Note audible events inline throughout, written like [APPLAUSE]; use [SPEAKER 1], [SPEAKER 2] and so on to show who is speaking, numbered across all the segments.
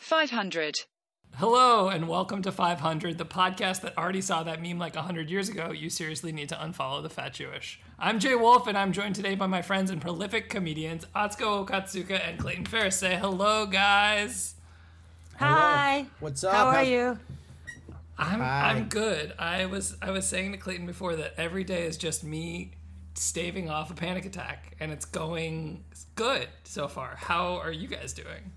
[SPEAKER 1] 500.
[SPEAKER 2] Hello and welcome to 500, the podcast that already saw that meme like 100 years ago. You seriously need to unfollow the fat Jewish. I'm Jay Wolf and I'm joined today by my friends and prolific comedians Atsuko Okatsuka and Clayton Ferris. Say hello, guys.
[SPEAKER 3] Hi.
[SPEAKER 4] What's up?
[SPEAKER 3] How are
[SPEAKER 4] How's-
[SPEAKER 3] you?
[SPEAKER 2] I'm
[SPEAKER 4] Hi.
[SPEAKER 2] I'm good. I was I was saying to Clayton before that every day is just me staving off a panic attack and it's going good so far. How are you guys doing?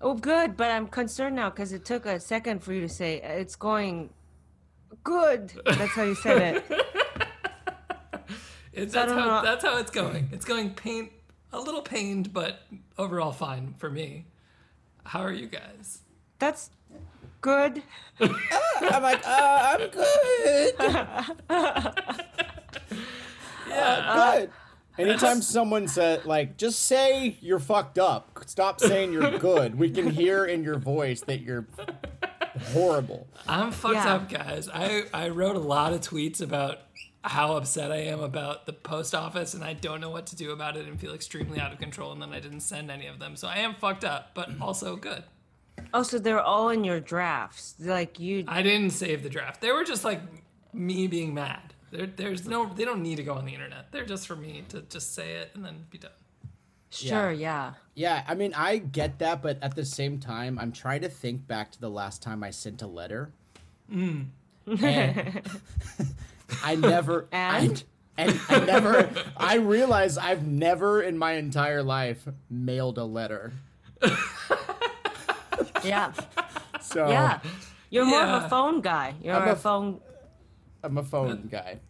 [SPEAKER 3] Oh, good, but I'm concerned now because it took a second for you to say uh, it's going good. That's how you said it.
[SPEAKER 2] It's, that's
[SPEAKER 3] don't
[SPEAKER 2] how
[SPEAKER 3] know.
[SPEAKER 2] that's how it's going. It's going pain a little pained, but overall fine for me. How are you guys?
[SPEAKER 3] That's good.
[SPEAKER 4] I'm like, uh, I'm good. Uh, good. Anytime someone said, like, just say you're fucked up. Stop saying you're good. We can hear in your voice that you're horrible.
[SPEAKER 2] I'm fucked
[SPEAKER 3] Yeah.
[SPEAKER 2] up, guys. I I wrote a lot of tweets about how upset I am about the post office and I don't know what to do about it and feel extremely out of control and then I didn't send any of them. So I am fucked up, but also good.
[SPEAKER 3] Also, Oh, they're all in your drafts. Like you,
[SPEAKER 2] I didn't save the draft. They were just like me being mad. There, there's no they don't need to go on the internet. They're just for me to just say it and then be done.
[SPEAKER 3] sure, yeah.
[SPEAKER 4] Yeah, I mean, I get that, but at the same time, I'm trying to think back to the last time I sent a letter.
[SPEAKER 2] Mm.
[SPEAKER 4] And
[SPEAKER 2] [LAUGHS]
[SPEAKER 4] I never.
[SPEAKER 3] And?
[SPEAKER 4] I, and I never. I realize I've never in my entire life mailed a letter.
[SPEAKER 3] Yeah.
[SPEAKER 4] So
[SPEAKER 3] Yeah. You're more of
[SPEAKER 2] Yeah.
[SPEAKER 3] a phone guy. You're
[SPEAKER 4] Oh. I'm a
[SPEAKER 3] a
[SPEAKER 4] f-
[SPEAKER 3] phone.
[SPEAKER 4] I'm a phone guy.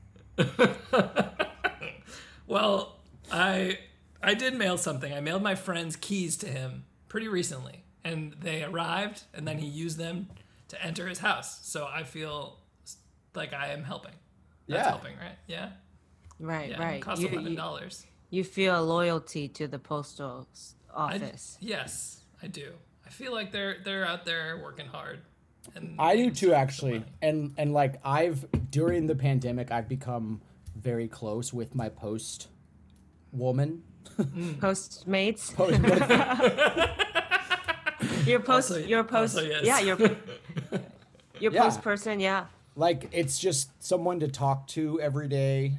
[SPEAKER 2] Well, I I did mail something. I mailed my friend's keys to him pretty recently, and they arrived, and then he used them to enter his house. So I feel s- like I am helping. That's
[SPEAKER 4] Yeah.
[SPEAKER 2] helping, right? Yeah.
[SPEAKER 3] Right,
[SPEAKER 2] Yeah. It
[SPEAKER 3] right.
[SPEAKER 2] cost
[SPEAKER 3] You,
[SPEAKER 2] eleven
[SPEAKER 3] you,
[SPEAKER 2] dollars.
[SPEAKER 3] you feel loyalty to the postal s-
[SPEAKER 2] I,
[SPEAKER 3] office.
[SPEAKER 2] yes, I do. I feel like they're they're out there working hard. And
[SPEAKER 4] I do
[SPEAKER 2] they
[SPEAKER 4] too,
[SPEAKER 2] deserve the
[SPEAKER 4] actually.
[SPEAKER 2] money.
[SPEAKER 4] And and like I've during the pandemic, I've become very close with my post
[SPEAKER 2] [LAUGHS]
[SPEAKER 4] woman.
[SPEAKER 3] Postmates.
[SPEAKER 4] Post,
[SPEAKER 3] Your post.
[SPEAKER 2] Also-
[SPEAKER 3] your post.
[SPEAKER 2] also yes.
[SPEAKER 3] Yeah. Your. Your
[SPEAKER 4] Yeah.
[SPEAKER 3] post person. Yeah.
[SPEAKER 4] like it's just someone to talk to every day.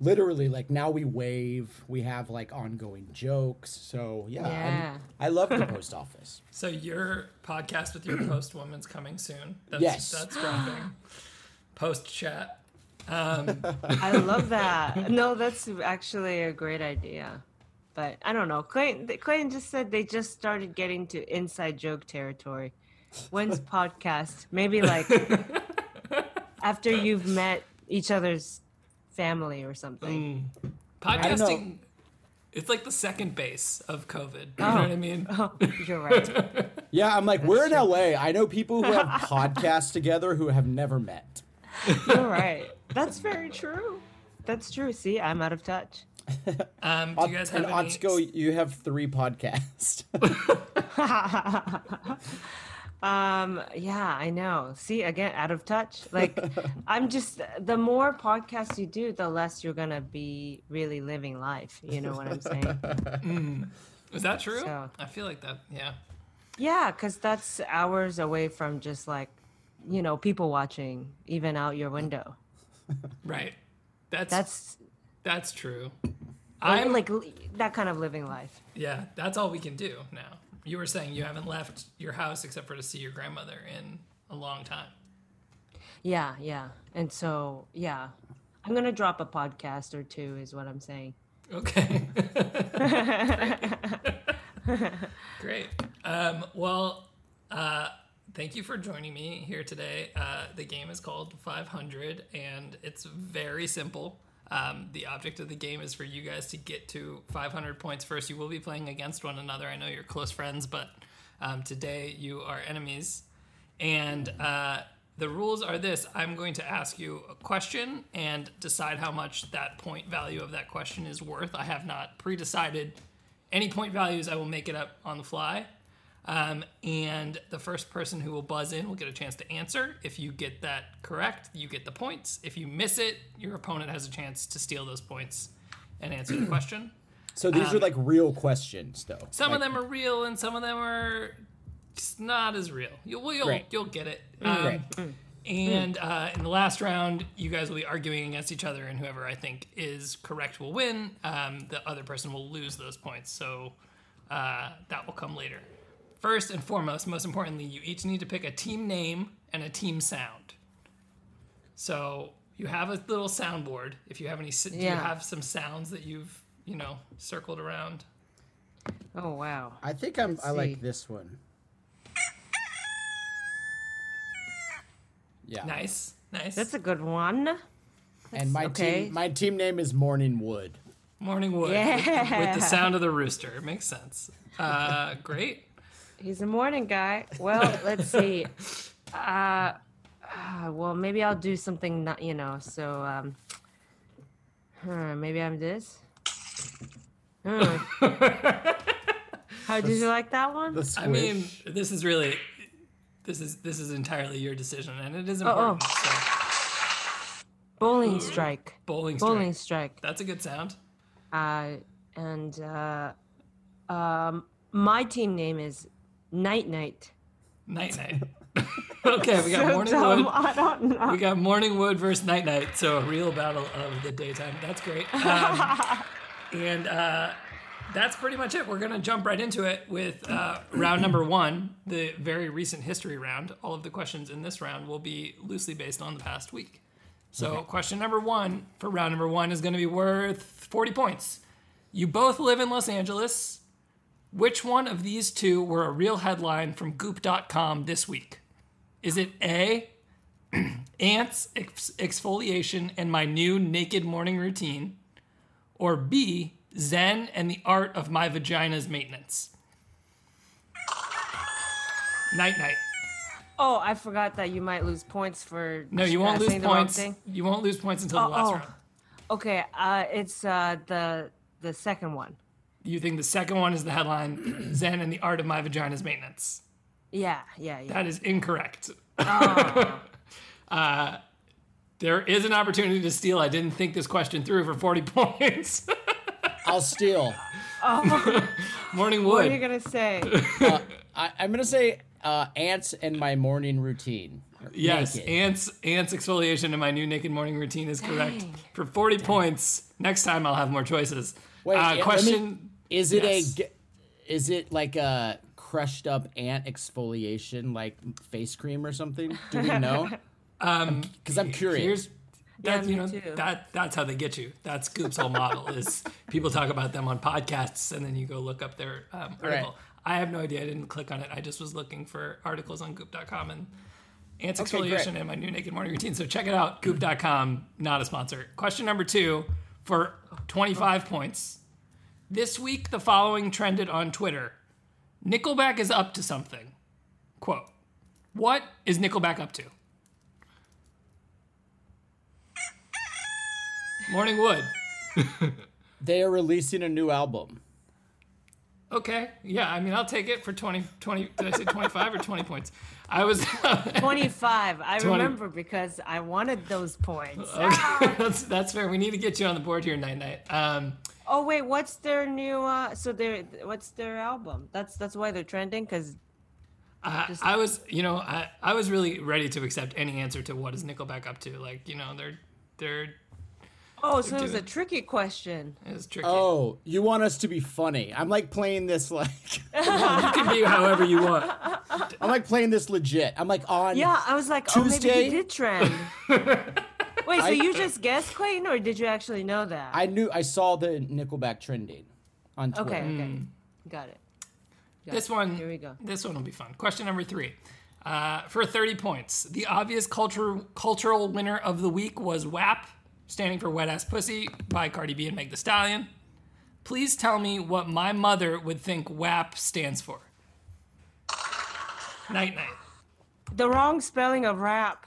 [SPEAKER 4] Literally, like now we wave. We have like ongoing jokes. So yeah, I'm-
[SPEAKER 3] Yeah.
[SPEAKER 4] I love the post office.
[SPEAKER 2] So your podcast with
[SPEAKER 4] [CLEARS THROAT]
[SPEAKER 2] your post woman's coming soon. That's,
[SPEAKER 4] Yes.
[SPEAKER 2] that's dropping.
[SPEAKER 3] [GASPS]
[SPEAKER 2] post chat.
[SPEAKER 3] I love that. No, that's actually a great idea. But I don't know. Clayton, Clayton just said they just started getting to inside joke territory. When's podcast? Maybe like after you've met each other's family or something.
[SPEAKER 4] don't know.
[SPEAKER 2] Podcasting, it's like the second base of COVID. You know what I mean?
[SPEAKER 3] You're right.
[SPEAKER 4] Yeah, I'm like we're in LA. I know people who
[SPEAKER 3] [LAUGHS]
[SPEAKER 4] have podcasts together who have never met.
[SPEAKER 3] You're right. That's very true. That's true. See, I'm out of touch.
[SPEAKER 2] Um, do you guys have
[SPEAKER 4] and
[SPEAKER 2] any?
[SPEAKER 4] Otsko, you have three podcasts. [LAUGHS]
[SPEAKER 3] Um, yeah, I know. See, again, out of touch. [LAUGHS] Like, I'm just the more podcasts you do, the less you're gonna be really living life. You know what I'm [LAUGHS] saying?
[SPEAKER 2] Is that true?
[SPEAKER 3] So-
[SPEAKER 2] I feel like that. Yeah.
[SPEAKER 3] yeah, because that's hours away from just like, you know, people watching even out your window.
[SPEAKER 2] Right. That's that's
[SPEAKER 3] That's
[SPEAKER 2] that's true.
[SPEAKER 3] I'm
[SPEAKER 2] I'm like
[SPEAKER 3] like l- that kind of living life.
[SPEAKER 2] yeah. That's all we can do now. You were saying you haven't left your house except for to see your grandmother in a long time.
[SPEAKER 3] Yeah, yeah. And so, yeah, I'm gonna drop a podcast or two, is what I'm saying.
[SPEAKER 2] Okay. Great. Um, well, uh, thank you for joining me here today. Uh, the game is called 500, and it's very simple. Um, the object of the game is for you guys to get to 500 points first. You will be playing against one another. I know you're close friends, but um, today you are enemies. And uh, the rules are this I'm going to ask you a question and decide how much that point value of that question is worth. I have not pre decided any point values, I will make it up on the fly. Um, and the first person who will buzz in will get a chance to answer. If you get that correct, you get the
[SPEAKER 4] [CLEARS THROAT]
[SPEAKER 2] points. If you miss it, your opponent has a chance to steal those points and answer the question.
[SPEAKER 4] So these
[SPEAKER 3] Um,
[SPEAKER 4] are like real questions, though.
[SPEAKER 2] Some
[SPEAKER 4] Like,
[SPEAKER 2] of them are real, and some of them are just not as real. You'll well, you'll,
[SPEAKER 4] Right. Mm.
[SPEAKER 2] you'll get it. Um,
[SPEAKER 4] Right.
[SPEAKER 3] Mm.
[SPEAKER 2] And uh, in the last round, you guys will be arguing against each other, and whoever I think is correct will win. Um, the other person will lose those points, so uh, that will come later. First and foremost, most importantly, you each need to pick a team name and a team sound. So you have a little soundboard. If you have any, s do you
[SPEAKER 3] Yeah.
[SPEAKER 2] have some sounds that you've you know circled around?
[SPEAKER 3] Oh wow.
[SPEAKER 4] I think I'm. I
[SPEAKER 3] see.
[SPEAKER 4] like this one. Yeah.
[SPEAKER 2] Nice, nice.
[SPEAKER 3] That's a good one.
[SPEAKER 4] And my
[SPEAKER 3] okay.
[SPEAKER 4] team. My team name is Morning Wood.
[SPEAKER 2] Morning wood with, the- with the sound of the rooster. It makes sense. Uh,
[SPEAKER 3] [LAUGHS]
[SPEAKER 2] great.
[SPEAKER 3] He's a morning guy. Well, let's see. Uh, uh, well, maybe I'll do something not, you know. So, um, huh, maybe I'm this. Huh. How did you like that one?
[SPEAKER 4] The
[SPEAKER 2] I mean,
[SPEAKER 4] squish.
[SPEAKER 2] this is really this is this is entirely your decision, and it is
[SPEAKER 3] oh.
[SPEAKER 2] important. So,
[SPEAKER 3] Bowling strike.
[SPEAKER 2] bowling, strike.
[SPEAKER 3] Bowling strike.
[SPEAKER 2] That's a good sound.
[SPEAKER 3] Uh, and uh, um, my team name is Night Night.
[SPEAKER 2] Night night.
[SPEAKER 3] [LAUGHS]
[SPEAKER 2] [LAUGHS] okay, we got
[SPEAKER 3] So
[SPEAKER 2] morning
[SPEAKER 3] dumb,
[SPEAKER 2] wood.
[SPEAKER 3] I don't know.
[SPEAKER 2] We got morning wood versus night night. So a real battle of the daytime. That's great. Um, and uh, that's pretty much it. We're gonna jump right into it with uh, round number one, the very recent history round. All of the questions in this round will be loosely based on the past week. So question number one for round number one is gonna be worth forty points. You both live in Los Angeles. Which one of these two were a real headline from Goop.com this week? Is it A, ants, ex- exfoliation, and my new naked morning routine, or B, Zen and the art of my vagina's maintenance? Night night.
[SPEAKER 3] Oh, I forgot that you might lose points for.
[SPEAKER 2] No, you won't
[SPEAKER 3] uh,
[SPEAKER 2] lose
[SPEAKER 3] saying the wrong
[SPEAKER 2] points.
[SPEAKER 3] thing.
[SPEAKER 2] You won't lose points until the
[SPEAKER 3] Oh,
[SPEAKER 2] last
[SPEAKER 3] oh.
[SPEAKER 2] round.
[SPEAKER 3] Okay, uh, it's uh, the the second one.
[SPEAKER 2] You think the second one is the headline, [CLEARS THROAT] Zen and the art of my vagina's maintenance?
[SPEAKER 3] Yeah, yeah, yeah.
[SPEAKER 2] That is incorrect. uh,
[SPEAKER 3] Ah.
[SPEAKER 2] [LAUGHS] there is an opportunity to steal. I didn't think this question through for 40 [LAUGHS] points.
[SPEAKER 4] I'll steal.
[SPEAKER 2] Morning
[SPEAKER 3] What are you
[SPEAKER 2] Wood.
[SPEAKER 3] gonna say?
[SPEAKER 4] I, I'm gonna say uh, ants and my morning routine.
[SPEAKER 2] Yes,
[SPEAKER 4] Naked.
[SPEAKER 2] ants ants exfoliation in my new naked morning routine is correct. For 40 points, next time I'll have more choices.
[SPEAKER 4] Wait, yeah, let
[SPEAKER 2] uh,
[SPEAKER 4] me-
[SPEAKER 2] question
[SPEAKER 4] Is it
[SPEAKER 2] Yes.
[SPEAKER 4] a? ge- Is it like a crushed up ant exfoliation, like face cream or something? Do we know?
[SPEAKER 2] um
[SPEAKER 4] Because I'm curious.
[SPEAKER 2] here's that, you
[SPEAKER 3] Yeah, me
[SPEAKER 2] know,
[SPEAKER 3] too.
[SPEAKER 2] that that's how they get you. That's Scoop's whole
[SPEAKER 3] [LAUGHS]
[SPEAKER 2] model is people talk about them on podcasts and then you go look up their um, article. I have no idea. I didn't click on it. I just was looking for articles on goop.com and ants
[SPEAKER 4] Okay, great.
[SPEAKER 2] exfoliation and my new naked morning routine. So check it out. Goop.com, not a sponsor. Question number two for 25 points. This week, the following trended on Twitter Nickelback is up to something. Quote What is Nickelback up to? Morning Wood.
[SPEAKER 4] They are releasing a new album.
[SPEAKER 2] Okay. Yeah, I mean, I'll take it for 20, 20 did I say 25 or 20 points? I was,
[SPEAKER 3] [LAUGHS]
[SPEAKER 2] [LAUGHS]
[SPEAKER 3] Twenty-five. I
[SPEAKER 2] 20.
[SPEAKER 3] remember because I wanted those points.
[SPEAKER 2] that's, that's fair. We need to get you on the board here, Night Night. Um,
[SPEAKER 3] Oh wait, what's their new? Uh, so their what's their album? That's that's why they're trending because
[SPEAKER 2] I, I was, you know, I, I was really ready to accept any answer to what is Nickelback up to. Like, you know, they're, they're,
[SPEAKER 3] oh, so it was a
[SPEAKER 2] doing-
[SPEAKER 3] tricky question.
[SPEAKER 2] it's tricky.
[SPEAKER 4] Oh, you want us to be funny? I'm like playing this like [LAUGHS]
[SPEAKER 2] You can be however you
[SPEAKER 3] [LAUGHS]
[SPEAKER 2] want.
[SPEAKER 4] I'm like playing this legit. I'm like on.
[SPEAKER 3] Yeah, I was like, oh, maybe
[SPEAKER 4] Tuesday?
[SPEAKER 3] he did trend. [LAUGHS] wait, so you just guessed Clayton, or did you actually know that?
[SPEAKER 4] I knew I saw the Nickelback trending on Twitter.
[SPEAKER 3] okay, okay, got it.
[SPEAKER 2] This one,
[SPEAKER 3] Here we go.
[SPEAKER 2] This one will be fun. Question number three. Uh, for 30 points, the obvious culture, cultural winner of the week was WAP, standing for Wet Ass Pussy by Cardi B and Meg The Stallion. Please tell me what my mother would think WAP stands for. Night night.
[SPEAKER 3] The wrong spelling of rap.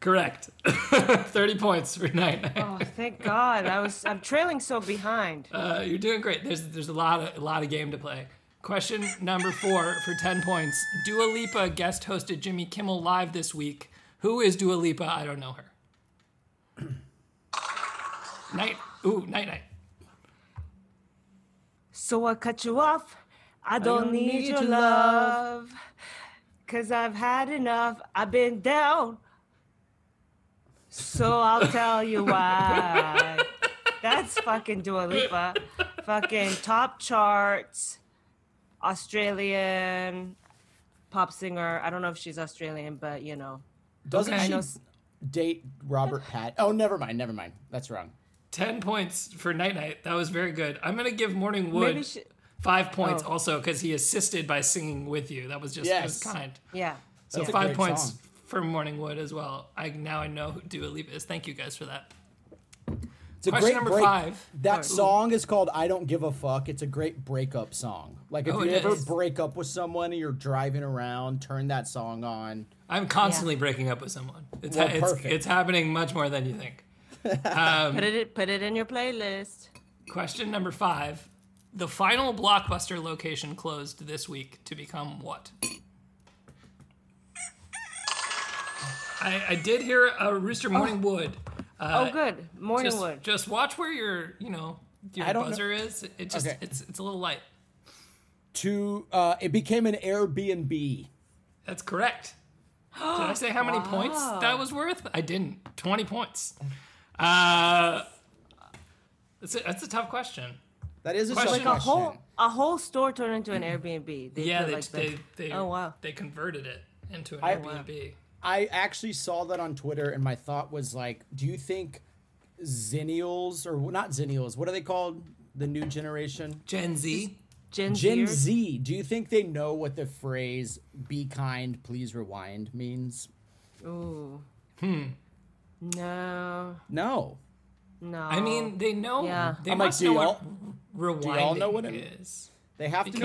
[SPEAKER 2] Correct. [LAUGHS] 30 points for night night.
[SPEAKER 3] Oh, thank God! I was I'm trailing so behind.
[SPEAKER 2] Uh, you're doing great. There's there's a lot of a lot of game to play. Question number four for ten points. Dua Lipa guest hosted Jimmy Kimmel Live this week. Who is Dua [CLEARS THROAT] Lipa? I don't know her. night. Ooh, night night.
[SPEAKER 3] So I cut you off. I don't, need, your love. Cause I've had enough. I've been down. So I'll tell you why. That's fucking Dua Lipa. Fucking top charts. Australian pop singer. I don't know if she's Australian, but you know.
[SPEAKER 4] Doesn't
[SPEAKER 2] Okay.
[SPEAKER 3] I
[SPEAKER 4] she
[SPEAKER 3] know s-
[SPEAKER 4] date Robert Pat? Oh, never mind, never mind. That's wrong.
[SPEAKER 2] 10 points for Night Night. That was very good. I'm going to give Morning Wood
[SPEAKER 3] maybe she
[SPEAKER 2] five points
[SPEAKER 3] Oh.
[SPEAKER 2] also because he assisted by singing with you. That was just that was
[SPEAKER 4] Yes.
[SPEAKER 2] kind.
[SPEAKER 3] yeah.
[SPEAKER 2] So
[SPEAKER 4] That's a
[SPEAKER 2] five
[SPEAKER 4] great
[SPEAKER 2] points
[SPEAKER 4] song.
[SPEAKER 2] for Morning Wood as well. I Now I know who Dua Lipa is. Thank you guys for that.
[SPEAKER 4] It's a
[SPEAKER 2] Question
[SPEAKER 4] great
[SPEAKER 2] number
[SPEAKER 4] break-
[SPEAKER 2] five.
[SPEAKER 4] That
[SPEAKER 2] Ooh.
[SPEAKER 4] song is called "I Don't Give a Fuck." It's a great breakup song. Like if
[SPEAKER 2] Oh,
[SPEAKER 4] you
[SPEAKER 2] it
[SPEAKER 4] ever
[SPEAKER 2] is.
[SPEAKER 4] break up with someone and you're driving around, turn that song on.
[SPEAKER 2] I'm constantly breaking up with someone. It's,
[SPEAKER 4] Well,
[SPEAKER 2] it's,
[SPEAKER 4] perfect.
[SPEAKER 2] it's happening much more than you think.
[SPEAKER 3] Put it put it in your playlist.
[SPEAKER 2] Question number five. The final blockbuster location closed this week to become what? I, I did hear a Rooster Morning Wood.
[SPEAKER 3] oh good.
[SPEAKER 2] Just,
[SPEAKER 3] Morningwood.
[SPEAKER 2] just watch where your you know your
[SPEAKER 4] I don't know-
[SPEAKER 2] buzzer is. It just
[SPEAKER 4] Okay.
[SPEAKER 2] it's it's a little light.
[SPEAKER 4] To uh, it became an Airbnb.
[SPEAKER 2] That's correct. Did I say
[SPEAKER 4] [GASPS]
[SPEAKER 2] how many points
[SPEAKER 3] Wow.
[SPEAKER 2] that was worth? I didn't. Twenty points. Uh, that's a, that's a tough question.
[SPEAKER 4] That is a
[SPEAKER 2] Question-
[SPEAKER 4] question.
[SPEAKER 3] like a whole a whole store turned into an Airbnb. They
[SPEAKER 2] Yeah,
[SPEAKER 3] put
[SPEAKER 2] they,
[SPEAKER 3] like
[SPEAKER 2] they,
[SPEAKER 3] the-
[SPEAKER 2] they,
[SPEAKER 3] Oh, wow.
[SPEAKER 2] they converted it into an
[SPEAKER 4] I-
[SPEAKER 2] Airbnb.
[SPEAKER 4] I actually saw that on Twitter, and my thought was like, do you think Zennials or not Zennials? What are they called? The new generation.
[SPEAKER 2] Gen Z.
[SPEAKER 3] Gen,
[SPEAKER 4] Gen
[SPEAKER 3] Zers.
[SPEAKER 4] Z, do you think they know what the phrase be kind, please rewind means?
[SPEAKER 3] Ooh. Hmm. No.
[SPEAKER 4] No.
[SPEAKER 3] No.
[SPEAKER 2] I mean, they know.
[SPEAKER 3] Oh. Yeah.
[SPEAKER 2] They
[SPEAKER 4] I'm like,
[SPEAKER 2] must
[SPEAKER 4] do
[SPEAKER 2] know what
[SPEAKER 4] y'all-
[SPEAKER 2] rewinding
[SPEAKER 4] do y'all know what it-
[SPEAKER 2] is
[SPEAKER 4] They have to know.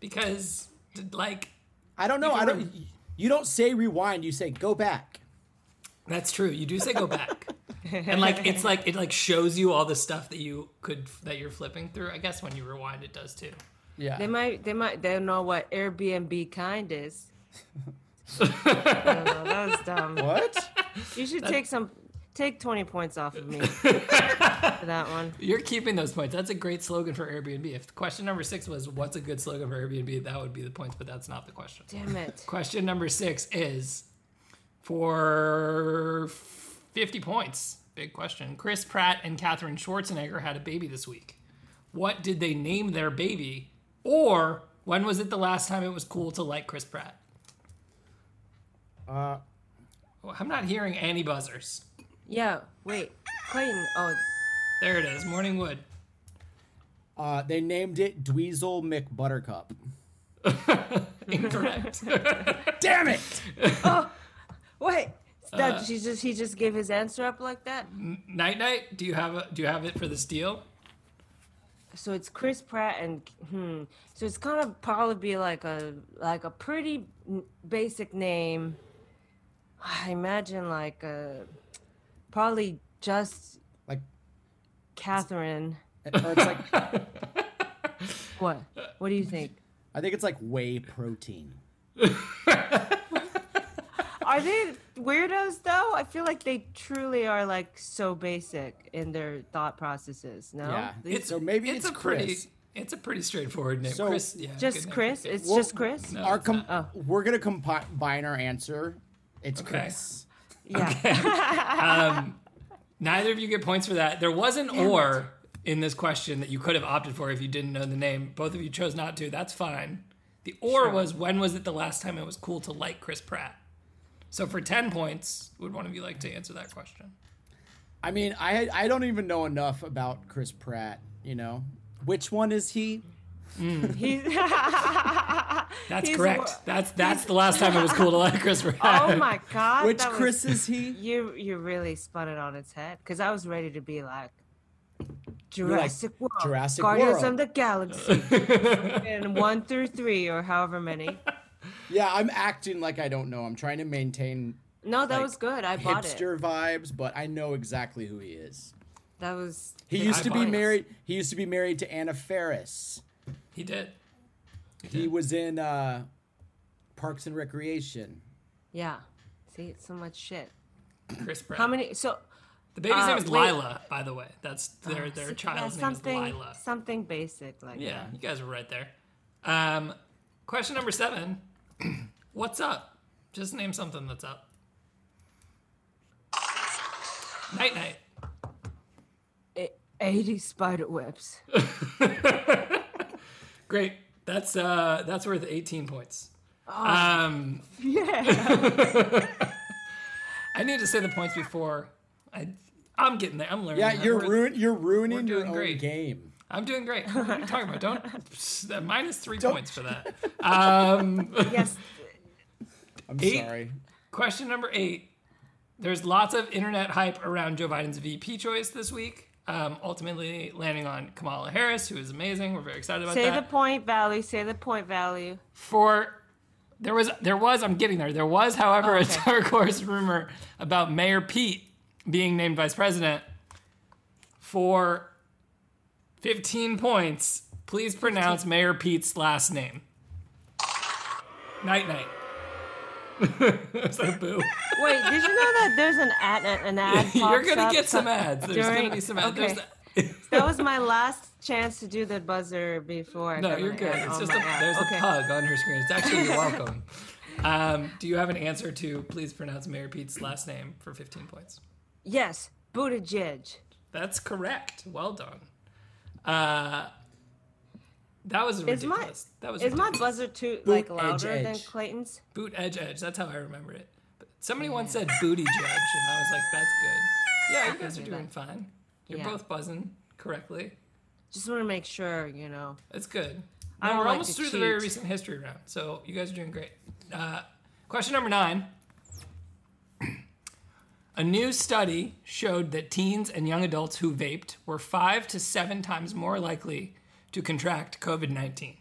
[SPEAKER 2] because because like
[SPEAKER 4] I don't know.
[SPEAKER 2] You
[SPEAKER 4] I
[SPEAKER 2] can
[SPEAKER 4] don't you don't say rewind, you say go back.
[SPEAKER 2] That's true. You do say go
[SPEAKER 3] [LAUGHS]
[SPEAKER 2] back. and like it's like it like shows you all the stuff that you could that you're flipping through. I guess when you rewind it does too.
[SPEAKER 4] Yeah.
[SPEAKER 3] They might, they might, they don't know what Airbnb kind is. I don't know, that was dumb.
[SPEAKER 4] what?
[SPEAKER 3] You should take some, take 20 points off of me for that one.
[SPEAKER 2] You're keeping those points. That's a great slogan for Airbnb. If question number 6 was what's a good slogan for Airbnb, that would be the points, but that's not the question.
[SPEAKER 3] Damn it.
[SPEAKER 2] Question number 6 is for 50 points. Big question. Chris Pratt and Katherine Schwarzenegger had a baby this week. What did they name their baby? Or when was it the last time it was cool to like Chris Pratt?
[SPEAKER 4] Uh,
[SPEAKER 2] Well, Oh, I'm not hearing any buzzers.
[SPEAKER 3] Yeah, wait. Clayton, oh,
[SPEAKER 2] There it is, Morning Wood.
[SPEAKER 4] uh, they named it Dweezil McButtercup.
[SPEAKER 2] Incorrect.
[SPEAKER 4] [LAUGHS] Damn it!
[SPEAKER 3] wait. That, she just, he just gave his answer up like that?
[SPEAKER 2] night night. Do you have a, do you have it for the steal?
[SPEAKER 3] So it's Chris Pratt and, hmm. So it's kind of probably be like a, like a pretty n- basic name. I imagine like a, probably just
[SPEAKER 4] Like
[SPEAKER 3] Catherine.
[SPEAKER 4] or it's like
[SPEAKER 3] What? What do you think?
[SPEAKER 4] I think it's like whey protein.
[SPEAKER 3] Are they weirdos though? I feel like they truly are like so basic in their thought processes. No,
[SPEAKER 4] Yeah.
[SPEAKER 3] They-
[SPEAKER 4] So maybe it's
[SPEAKER 2] a pretty
[SPEAKER 4] Chris.
[SPEAKER 2] it's a pretty straightforward name.
[SPEAKER 4] So-
[SPEAKER 2] Chris, yeah, good
[SPEAKER 3] just
[SPEAKER 2] name.
[SPEAKER 3] Chris. It's
[SPEAKER 4] Well,
[SPEAKER 3] just Chris.
[SPEAKER 2] No,
[SPEAKER 4] Our
[SPEAKER 2] it's
[SPEAKER 4] com-
[SPEAKER 2] not.
[SPEAKER 4] we're gonna combine our answer. It's
[SPEAKER 2] Okay.
[SPEAKER 4] Chris.
[SPEAKER 3] Yeah.
[SPEAKER 4] [LAUGHS]
[SPEAKER 2] Neither of you get points for that. There was an or in this question that you could have opted for if you didn't know the name. Both of you chose not to. That's fine. The or was when was it the last time it was cool to like Chris Pratt? So for ten points, would one of you like to answer that question?
[SPEAKER 4] I mean, I I don't even know enough about Chris Pratt. You know, which one is he?
[SPEAKER 3] He's-
[SPEAKER 2] That's
[SPEAKER 3] He's
[SPEAKER 2] correct.
[SPEAKER 3] wor-
[SPEAKER 2] that's that's the last time it was cool to like Chris Pratt.
[SPEAKER 3] [LAUGHS] [LAUGHS] oh my god.
[SPEAKER 4] Which
[SPEAKER 3] that was-
[SPEAKER 4] Chris
[SPEAKER 3] [LAUGHS]
[SPEAKER 4] is he?
[SPEAKER 3] You you really spun it on its head because I was ready to be like. Jurassic World,
[SPEAKER 4] Jurassic
[SPEAKER 3] Guardians
[SPEAKER 4] World.
[SPEAKER 3] of the Galaxy,
[SPEAKER 4] [LAUGHS]
[SPEAKER 3] and one through three, or however many.
[SPEAKER 4] Yeah, I'm acting like I don't know. I'm trying to maintain
[SPEAKER 3] No, that
[SPEAKER 4] Like,
[SPEAKER 3] was good. I bought it.
[SPEAKER 4] hipster vibes, but I know exactly who he is.
[SPEAKER 3] That was.
[SPEAKER 4] He used
[SPEAKER 2] I
[SPEAKER 4] to be
[SPEAKER 2] bought it.
[SPEAKER 4] married. He used to be married to Anna Ferris.
[SPEAKER 2] [LAUGHS] He did.
[SPEAKER 4] He was in uh, Parks and Recreation.
[SPEAKER 3] Yeah. See, it's so much shit.
[SPEAKER 2] Chris Pratt.
[SPEAKER 3] How many? So,
[SPEAKER 2] The baby's
[SPEAKER 3] Uh,
[SPEAKER 2] name is
[SPEAKER 3] wait. Oh,
[SPEAKER 2] Lila, by the way. That's their their
[SPEAKER 3] So-
[SPEAKER 2] child's
[SPEAKER 3] yeah,
[SPEAKER 2] name is
[SPEAKER 3] something,
[SPEAKER 2] Lila.
[SPEAKER 3] Something basic like
[SPEAKER 2] Yeah, you guys were right there. Um, question number seven. [CLEARS THROAT] What's up? Just name something that's up. Night night.
[SPEAKER 3] that. E- 80
[SPEAKER 2] [LAUGHS]
[SPEAKER 3] spider webs.
[SPEAKER 2] Great. That's uh that's worth 18 points. Um
[SPEAKER 3] yeah.
[SPEAKER 2] [LAUGHS] I need to say the points before I I'm getting there. I'm learning.
[SPEAKER 4] Yeah,
[SPEAKER 2] I'm
[SPEAKER 4] you're
[SPEAKER 2] worth-
[SPEAKER 4] ruin you're ruining your
[SPEAKER 2] doing
[SPEAKER 4] own
[SPEAKER 2] great.
[SPEAKER 4] game.
[SPEAKER 2] I'm doing great. What are you talking about? Don't [LAUGHS] minus 3 points for that. Um
[SPEAKER 3] yes.
[SPEAKER 4] I'm
[SPEAKER 2] Eight.
[SPEAKER 4] sorry.
[SPEAKER 2] Question number eight. There's lots of internet hype around Joe Biden's VP choice this week, um, ultimately landing on Kamala Harris, who is amazing. We're very excited about
[SPEAKER 3] Say the
[SPEAKER 2] that.
[SPEAKER 3] point value. Say the point value.
[SPEAKER 2] For there was there was I'm getting there. There was, however,
[SPEAKER 3] Oh, okay.
[SPEAKER 2] a dark horse rumor about Mayor Pete being named vice president. For 15 points, please pronounce Mayor Pete's last name. Night
[SPEAKER 3] [LAUGHS]
[SPEAKER 2] night. Is that a boo?
[SPEAKER 3] Wait, did you know that there's an ad? An
[SPEAKER 2] [LAUGHS]
[SPEAKER 3] ad
[SPEAKER 2] You're
[SPEAKER 3] pops
[SPEAKER 2] gonna
[SPEAKER 3] up
[SPEAKER 2] get some ads. There's
[SPEAKER 3] during-
[SPEAKER 2] gonna be some ads.
[SPEAKER 3] okay.
[SPEAKER 2] There's
[SPEAKER 3] That was my last chance to do the buzzer before. I
[SPEAKER 2] no,
[SPEAKER 3] got
[SPEAKER 2] you're
[SPEAKER 3] my
[SPEAKER 2] good.
[SPEAKER 3] ad
[SPEAKER 2] It's
[SPEAKER 3] on
[SPEAKER 2] just a,
[SPEAKER 3] my ad.
[SPEAKER 2] there's a
[SPEAKER 3] okay.
[SPEAKER 2] pug on her screen. It's
[SPEAKER 3] [LAUGHS]
[SPEAKER 2] actually you're welcome. Um, do you have an answer to please pronounce Mayor Pete's last name for 15 points?
[SPEAKER 3] Yes, Buttigieg.
[SPEAKER 2] That's correct. Well done. Uh, that was
[SPEAKER 3] Is
[SPEAKER 2] ridiculous.
[SPEAKER 3] my
[SPEAKER 2] that was
[SPEAKER 3] is my
[SPEAKER 2] ridiculous.
[SPEAKER 3] buzzer too like
[SPEAKER 4] Boot
[SPEAKER 3] louder
[SPEAKER 4] edge,
[SPEAKER 3] than
[SPEAKER 4] edge.
[SPEAKER 3] Clayton's?
[SPEAKER 2] boot edge edge. That's how I remember it. But somebody once said booty judge, and I was like, that's good. Yeah, you guys are doing fine. You're
[SPEAKER 3] Yeah.
[SPEAKER 2] both buzzing correctly.
[SPEAKER 3] Just want to make sure you know.
[SPEAKER 2] That's good.
[SPEAKER 3] I
[SPEAKER 2] No,
[SPEAKER 3] don't
[SPEAKER 2] we're
[SPEAKER 3] like
[SPEAKER 2] almost
[SPEAKER 3] to
[SPEAKER 2] through the very
[SPEAKER 3] cheat.
[SPEAKER 2] recent history round, so you guys are doing great. Uh, question number nine. A new study showed that teens and young adults who vaped were five to seven times more likely to contract COVID 19.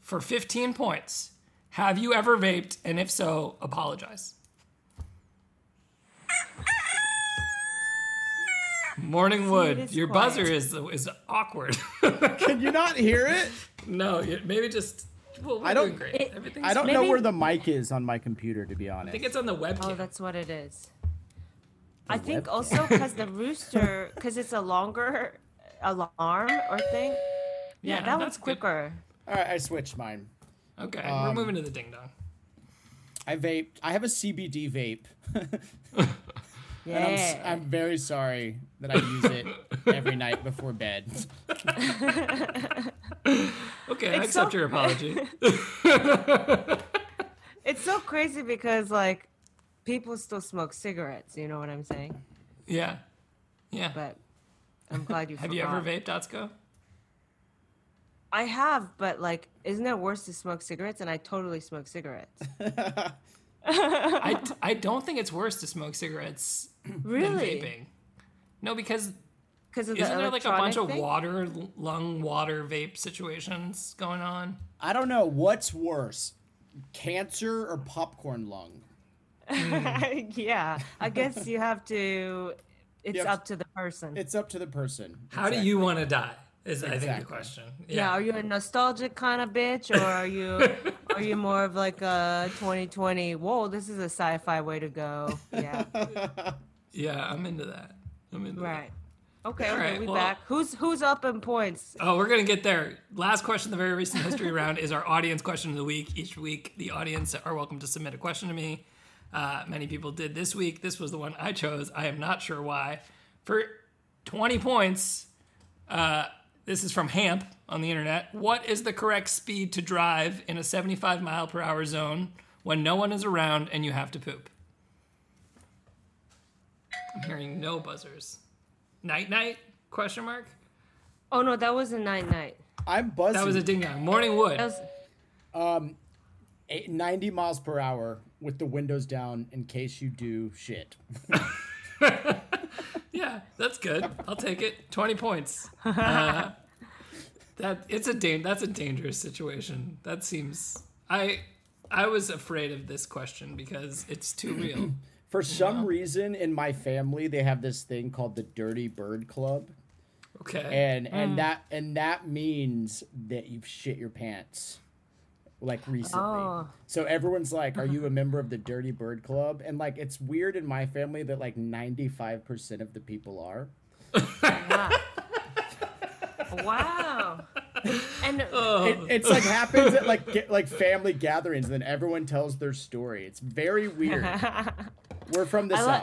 [SPEAKER 2] For 15 points, have you ever vaped? And if so, apologize. Morning Wood,
[SPEAKER 3] is
[SPEAKER 2] your
[SPEAKER 3] quiet.
[SPEAKER 2] buzzer is, is
[SPEAKER 3] [LAUGHS]
[SPEAKER 2] awkward.
[SPEAKER 4] Can you not hear it?
[SPEAKER 2] No, you- maybe just. Well, we're
[SPEAKER 4] I don't-
[SPEAKER 2] doing great.
[SPEAKER 3] it-
[SPEAKER 2] Everything's.
[SPEAKER 4] I don't
[SPEAKER 2] fine.
[SPEAKER 4] know
[SPEAKER 3] Maybe-
[SPEAKER 4] where the mic is on my computer, to be
[SPEAKER 2] I think
[SPEAKER 4] honest.
[SPEAKER 2] it's on the
[SPEAKER 3] Oh,
[SPEAKER 2] webcam.
[SPEAKER 3] that's what it is. I think
[SPEAKER 4] webcam.
[SPEAKER 3] also because
[SPEAKER 4] [LAUGHS]
[SPEAKER 3] the rooster, because it's a longer alarm or thing. Yeah, that
[SPEAKER 2] that's
[SPEAKER 3] one's
[SPEAKER 2] good.
[SPEAKER 3] quicker.
[SPEAKER 4] All right, I switched mine.
[SPEAKER 2] Okay, we're moving to the ding dong.
[SPEAKER 4] I vaped. I have a CBD vape. [LAUGHS] And I'm, s-
[SPEAKER 3] Yeah.
[SPEAKER 4] I'm very sorry that I use it every night before bed.
[SPEAKER 2] Okay, I
[SPEAKER 3] It's
[SPEAKER 2] accept
[SPEAKER 3] so-
[SPEAKER 2] your
[SPEAKER 3] [LAUGHS]
[SPEAKER 2] apology.
[SPEAKER 3] It's so crazy because like people still smoke cigarettes. You know what I'm saying?
[SPEAKER 2] yeah, yeah.
[SPEAKER 3] But I'm glad
[SPEAKER 2] [LAUGHS]
[SPEAKER 3] you.
[SPEAKER 2] have you ever
[SPEAKER 3] forgot.
[SPEAKER 2] vaped,
[SPEAKER 3] [LAUGHS]
[SPEAKER 2] Atsuko?
[SPEAKER 3] I have, but like, isn't it worse to smoke cigarettes? And I totally
[SPEAKER 2] [LAUGHS]
[SPEAKER 3] smoke cigarettes.
[SPEAKER 2] I, t- I don't think it's worse to smoke cigarettes than
[SPEAKER 3] Really?
[SPEAKER 2] vaping. No, because
[SPEAKER 3] Because of the
[SPEAKER 2] isn't there like a bunch
[SPEAKER 3] electronic
[SPEAKER 2] of
[SPEAKER 3] thing?
[SPEAKER 2] water, l- lung water vape situations going on?
[SPEAKER 4] I don't know what's worse, cancer or popcorn lung.
[SPEAKER 3] [LAUGHS] yeah, I guess you have to. It's
[SPEAKER 4] have
[SPEAKER 3] up to the person.
[SPEAKER 4] It's up to the person.
[SPEAKER 2] How do you want to die? Is I think
[SPEAKER 4] Exactly.
[SPEAKER 2] the question.
[SPEAKER 3] yeah, are you a nostalgic kind of bitch, or are you
[SPEAKER 2] [LAUGHS]
[SPEAKER 3] are you more of like a 2020? Whoa, this is a sci-fi way
[SPEAKER 2] [LAUGHS]
[SPEAKER 3] to go. Yeah,
[SPEAKER 2] yeah. I'm into that. I'm into that.
[SPEAKER 3] right. Okay,
[SPEAKER 2] All
[SPEAKER 3] okay,
[SPEAKER 2] right,
[SPEAKER 3] we
[SPEAKER 2] well-
[SPEAKER 3] back. Who's who's up in points?
[SPEAKER 2] Oh, we're gonna get there. Last question, of the very recent history round is our audience question of the week. Each week, the audience are welcome to submit a question to me. Uh, many people did this week. This was the one I chose. I am not sure why. For 20 points, uh, this is from Hamp on the internet. What is the correct speed to drive in a 75 mile per hour zone when no one is around and you have to poop? I'm hearing no buzzers. Night night? Question mark.
[SPEAKER 3] Oh no, that was a night night.
[SPEAKER 4] I'm buzzing.
[SPEAKER 2] That was a ding dong. Morning wood.
[SPEAKER 3] That was
[SPEAKER 4] eight- 90 miles per hour with the windows down in case you do shit.
[SPEAKER 2] Yeah, that's good. I'll take it. Twenty
[SPEAKER 3] [LAUGHS]
[SPEAKER 2] points. Uh, that it's a dan- that's a dangerous situation. That seems I I was afraid of this question because it's too
[SPEAKER 3] [CLEARS THROAT]
[SPEAKER 2] real.
[SPEAKER 4] For some reason, in my family, they have this thing called the Dirty Bird Club,
[SPEAKER 2] Okay.
[SPEAKER 3] Mm.
[SPEAKER 4] and and that and that means that you shit your pants like recently.
[SPEAKER 3] Oh.
[SPEAKER 4] So everyone's like,
[SPEAKER 3] [LAUGHS]
[SPEAKER 4] "Are you a member of the Dirty Bird Club?" And like, it's weird in my family that like ninety five percent of the people are.
[SPEAKER 3] Yeah.
[SPEAKER 2] [LAUGHS]
[SPEAKER 3] wow. And
[SPEAKER 2] Oh,
[SPEAKER 4] It, it's like happens
[SPEAKER 3] [LAUGHS]
[SPEAKER 4] at like get, like family gatherings, and then everyone tells their story. It's
[SPEAKER 3] [LAUGHS]
[SPEAKER 4] very weird. We're from the
[SPEAKER 3] I like-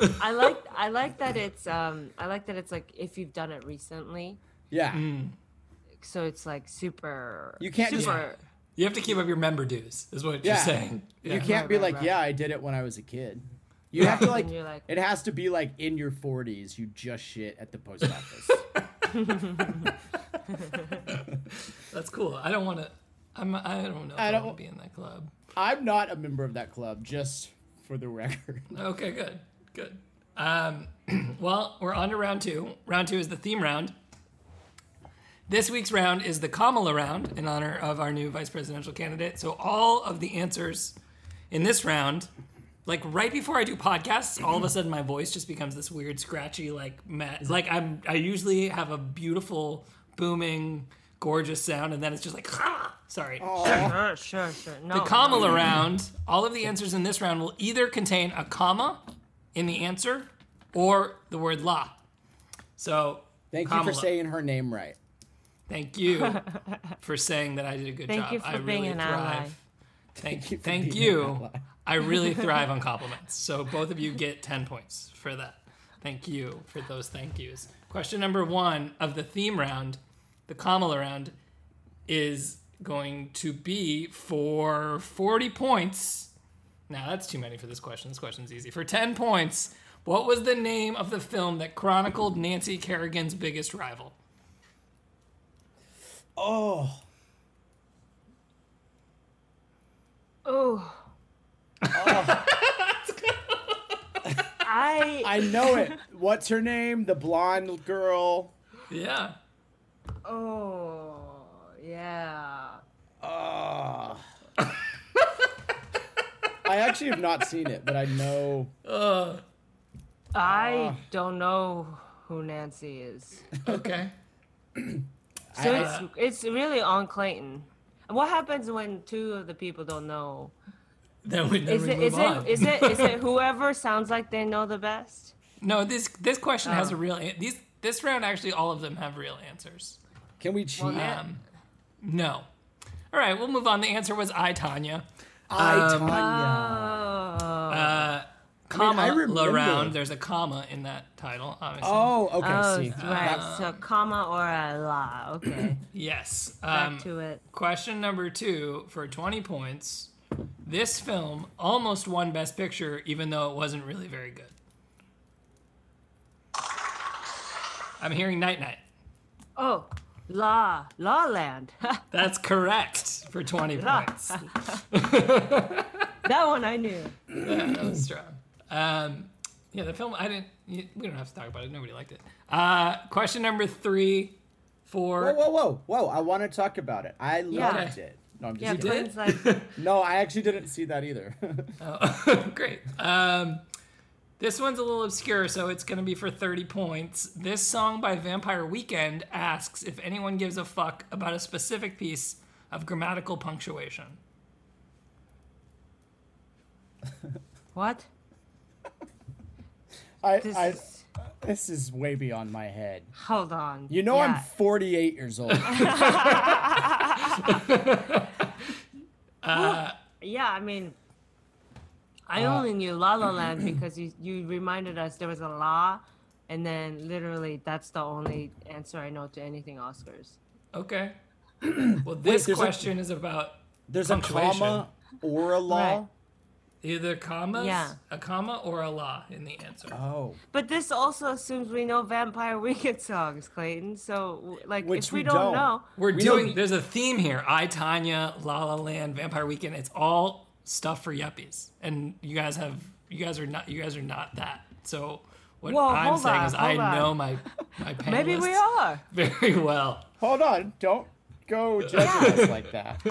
[SPEAKER 4] south.
[SPEAKER 3] I like I like that it's um I like that it's like if you've done it recently,
[SPEAKER 4] yeah,
[SPEAKER 3] so it's like super.
[SPEAKER 4] You can't just-
[SPEAKER 3] super.
[SPEAKER 2] You have to keep up your member dues, is what
[SPEAKER 4] Yeah.
[SPEAKER 2] you're saying. Yeah.
[SPEAKER 4] you can't
[SPEAKER 3] Right,
[SPEAKER 4] be
[SPEAKER 3] right,
[SPEAKER 4] like,
[SPEAKER 3] right.
[SPEAKER 4] "Yeah, I did it when I was a kid." You have to like,
[SPEAKER 3] And you're like-
[SPEAKER 4] it has to be like in your forties. You just shit at the
[SPEAKER 3] [LAUGHS]
[SPEAKER 4] post office.
[SPEAKER 2] That's cool. I don't want to. I'm. I don't know. If
[SPEAKER 4] I
[SPEAKER 2] I
[SPEAKER 4] don't-
[SPEAKER 2] don't want to be in that club.
[SPEAKER 4] I'm not a member of that club, just for the
[SPEAKER 3] [LAUGHS]
[SPEAKER 4] record.
[SPEAKER 2] Okay. Good. Good. Um, [CLEARS THROAT] well, we're on to round two. Round two is the theme round. This week's round is the Kamala round in honor of our new vice presidential candidate. So all of the answers in this round, like right before I do podcasts, all of a sudden my voice just becomes this weird scratchy like ma- like I'm I usually have a beautiful booming gorgeous sound and then it's just like [LAUGHS] sorry.
[SPEAKER 3] Sure, sure, sure. No,
[SPEAKER 2] The Kamala round, all of the answers in this round will either contain a comma in the answer or the word la. So
[SPEAKER 4] Thank you
[SPEAKER 2] Kamala.
[SPEAKER 4] for saying her name right.
[SPEAKER 2] Thank
[SPEAKER 3] [LAUGHS]
[SPEAKER 2] you for saying that I did a good
[SPEAKER 3] Thank
[SPEAKER 2] job.
[SPEAKER 3] you for
[SPEAKER 2] I really
[SPEAKER 3] being an
[SPEAKER 2] thrive.
[SPEAKER 3] ally.
[SPEAKER 2] Thank
[SPEAKER 4] you
[SPEAKER 2] you.
[SPEAKER 4] for
[SPEAKER 2] Thank
[SPEAKER 4] being an
[SPEAKER 2] you.
[SPEAKER 4] ally.
[SPEAKER 2] I
[SPEAKER 4] [LAUGHS]
[SPEAKER 2] really thrive on compliments. So both of you get 10 points for that. Thank you for those thank yous. Question number one of the theme round, the Kamala round, is going to be for 40 points. Now, that's too many for this question. This question's easy. For 10 points, what was the name of the film that chronicled Nancy Kerrigan's biggest rival?
[SPEAKER 4] Oh,
[SPEAKER 2] [LAUGHS]
[SPEAKER 3] Oh. I
[SPEAKER 4] I
[SPEAKER 3] [LAUGHS]
[SPEAKER 4] know it. What's her name? The blonde girl.
[SPEAKER 2] Yeah.
[SPEAKER 3] oh yeah. [LAUGHS]
[SPEAKER 4] Ah. I actually have not seen it, but I know.
[SPEAKER 3] I
[SPEAKER 2] Ah.
[SPEAKER 3] don't know who Nancy is.
[SPEAKER 2] Okay.
[SPEAKER 3] So it's it's really on Clayton. What happens when two of the people don't know?
[SPEAKER 2] [LAUGHS] Then we, then
[SPEAKER 3] Is
[SPEAKER 2] we
[SPEAKER 3] it
[SPEAKER 2] move
[SPEAKER 3] is
[SPEAKER 2] on.
[SPEAKER 3] it is it is
[SPEAKER 2] [LAUGHS]
[SPEAKER 3] it whoever sounds like they know the best?
[SPEAKER 2] no, this this question has a
[SPEAKER 3] Oh.
[SPEAKER 2] real an- these this round actually all of them have real answers.
[SPEAKER 4] Can we cheat?
[SPEAKER 3] yeah.
[SPEAKER 2] Um, no. All right, we'll move on. The answer was I Tanya.
[SPEAKER 4] I,
[SPEAKER 2] um,
[SPEAKER 4] Tanya.
[SPEAKER 3] Oh,
[SPEAKER 2] Uh, comma
[SPEAKER 4] I remember.
[SPEAKER 2] round. There's a comma in that title, obviously.
[SPEAKER 4] Oh, okay.
[SPEAKER 3] oh
[SPEAKER 4] see.
[SPEAKER 3] right. So comma or a la. Okay,
[SPEAKER 2] Yes.
[SPEAKER 3] back
[SPEAKER 2] Um,
[SPEAKER 3] to it.
[SPEAKER 2] question number two for 20 points. This film almost won Best Picture, even though it wasn't really very good. I'm hearing Night Night.
[SPEAKER 3] Oh, La La Land. [LAUGHS]
[SPEAKER 2] That's correct for [LAUGHS] 20 points.
[SPEAKER 3] that one I knew.
[SPEAKER 2] that was strong. Um, yeah, the film, I didn't, you- we don't have to talk about it. Nobody liked it. Uh, question number three
[SPEAKER 4] Whoa,
[SPEAKER 2] for.
[SPEAKER 4] whoa, whoa, whoa! I want to talk about it. I loved it. No, I'm just
[SPEAKER 3] Yeah,
[SPEAKER 4] kidding.
[SPEAKER 2] did?
[SPEAKER 3] Clayton's like
[SPEAKER 4] no, I actually didn't see that either. [LAUGHS]
[SPEAKER 2] [LAUGHS] Oh, great. Um, this one's a little obscure, so it's going to be for 30 points. This song by Vampire Weekend asks if anyone gives a fuck about a specific piece of grammatical punctuation.
[SPEAKER 3] what?
[SPEAKER 4] I,
[SPEAKER 3] This
[SPEAKER 4] I,
[SPEAKER 3] is,
[SPEAKER 4] this is way beyond my head.
[SPEAKER 3] hold on.
[SPEAKER 4] You know, I'm
[SPEAKER 3] Yeah.
[SPEAKER 4] 48
[SPEAKER 3] [LAUGHS]
[SPEAKER 4] years old.
[SPEAKER 3] Yeah, I mean, I only knew La La Land [CLEARS THROAT] because you you reminded us there was a La, and then literally that's the only answer I know to anything Oscars.
[SPEAKER 4] [CLEARS THROAT]
[SPEAKER 2] Okay. Well, this
[SPEAKER 4] there's a-
[SPEAKER 2] question is about
[SPEAKER 4] There's a
[SPEAKER 2] Punctuation.
[SPEAKER 4] comma or a law.
[SPEAKER 3] Right.
[SPEAKER 2] either commas,
[SPEAKER 3] Yeah.
[SPEAKER 2] a comma, or a la in the answer.
[SPEAKER 4] Oh,
[SPEAKER 3] But this also assumes we know Vampire Weekend songs, Clayton. So w- like,
[SPEAKER 4] Which
[SPEAKER 3] if we,
[SPEAKER 4] we
[SPEAKER 3] don't,
[SPEAKER 4] don't.
[SPEAKER 3] know,
[SPEAKER 2] We're
[SPEAKER 4] We
[SPEAKER 2] doing.
[SPEAKER 4] don't-
[SPEAKER 2] There's a theme here. I Tanya, La La Land, Vampire Weekend. It's all stuff for yuppies, and you guys have. You guys are not. You guys are not that. So what
[SPEAKER 3] Whoa,
[SPEAKER 2] I'm
[SPEAKER 3] hold
[SPEAKER 2] saying
[SPEAKER 3] on,
[SPEAKER 2] is, I
[SPEAKER 3] hold on.
[SPEAKER 2] know my my panelists
[SPEAKER 3] [LAUGHS] maybe we are.
[SPEAKER 2] very well.
[SPEAKER 4] hold on! Don't go judging [LAUGHS] us like that.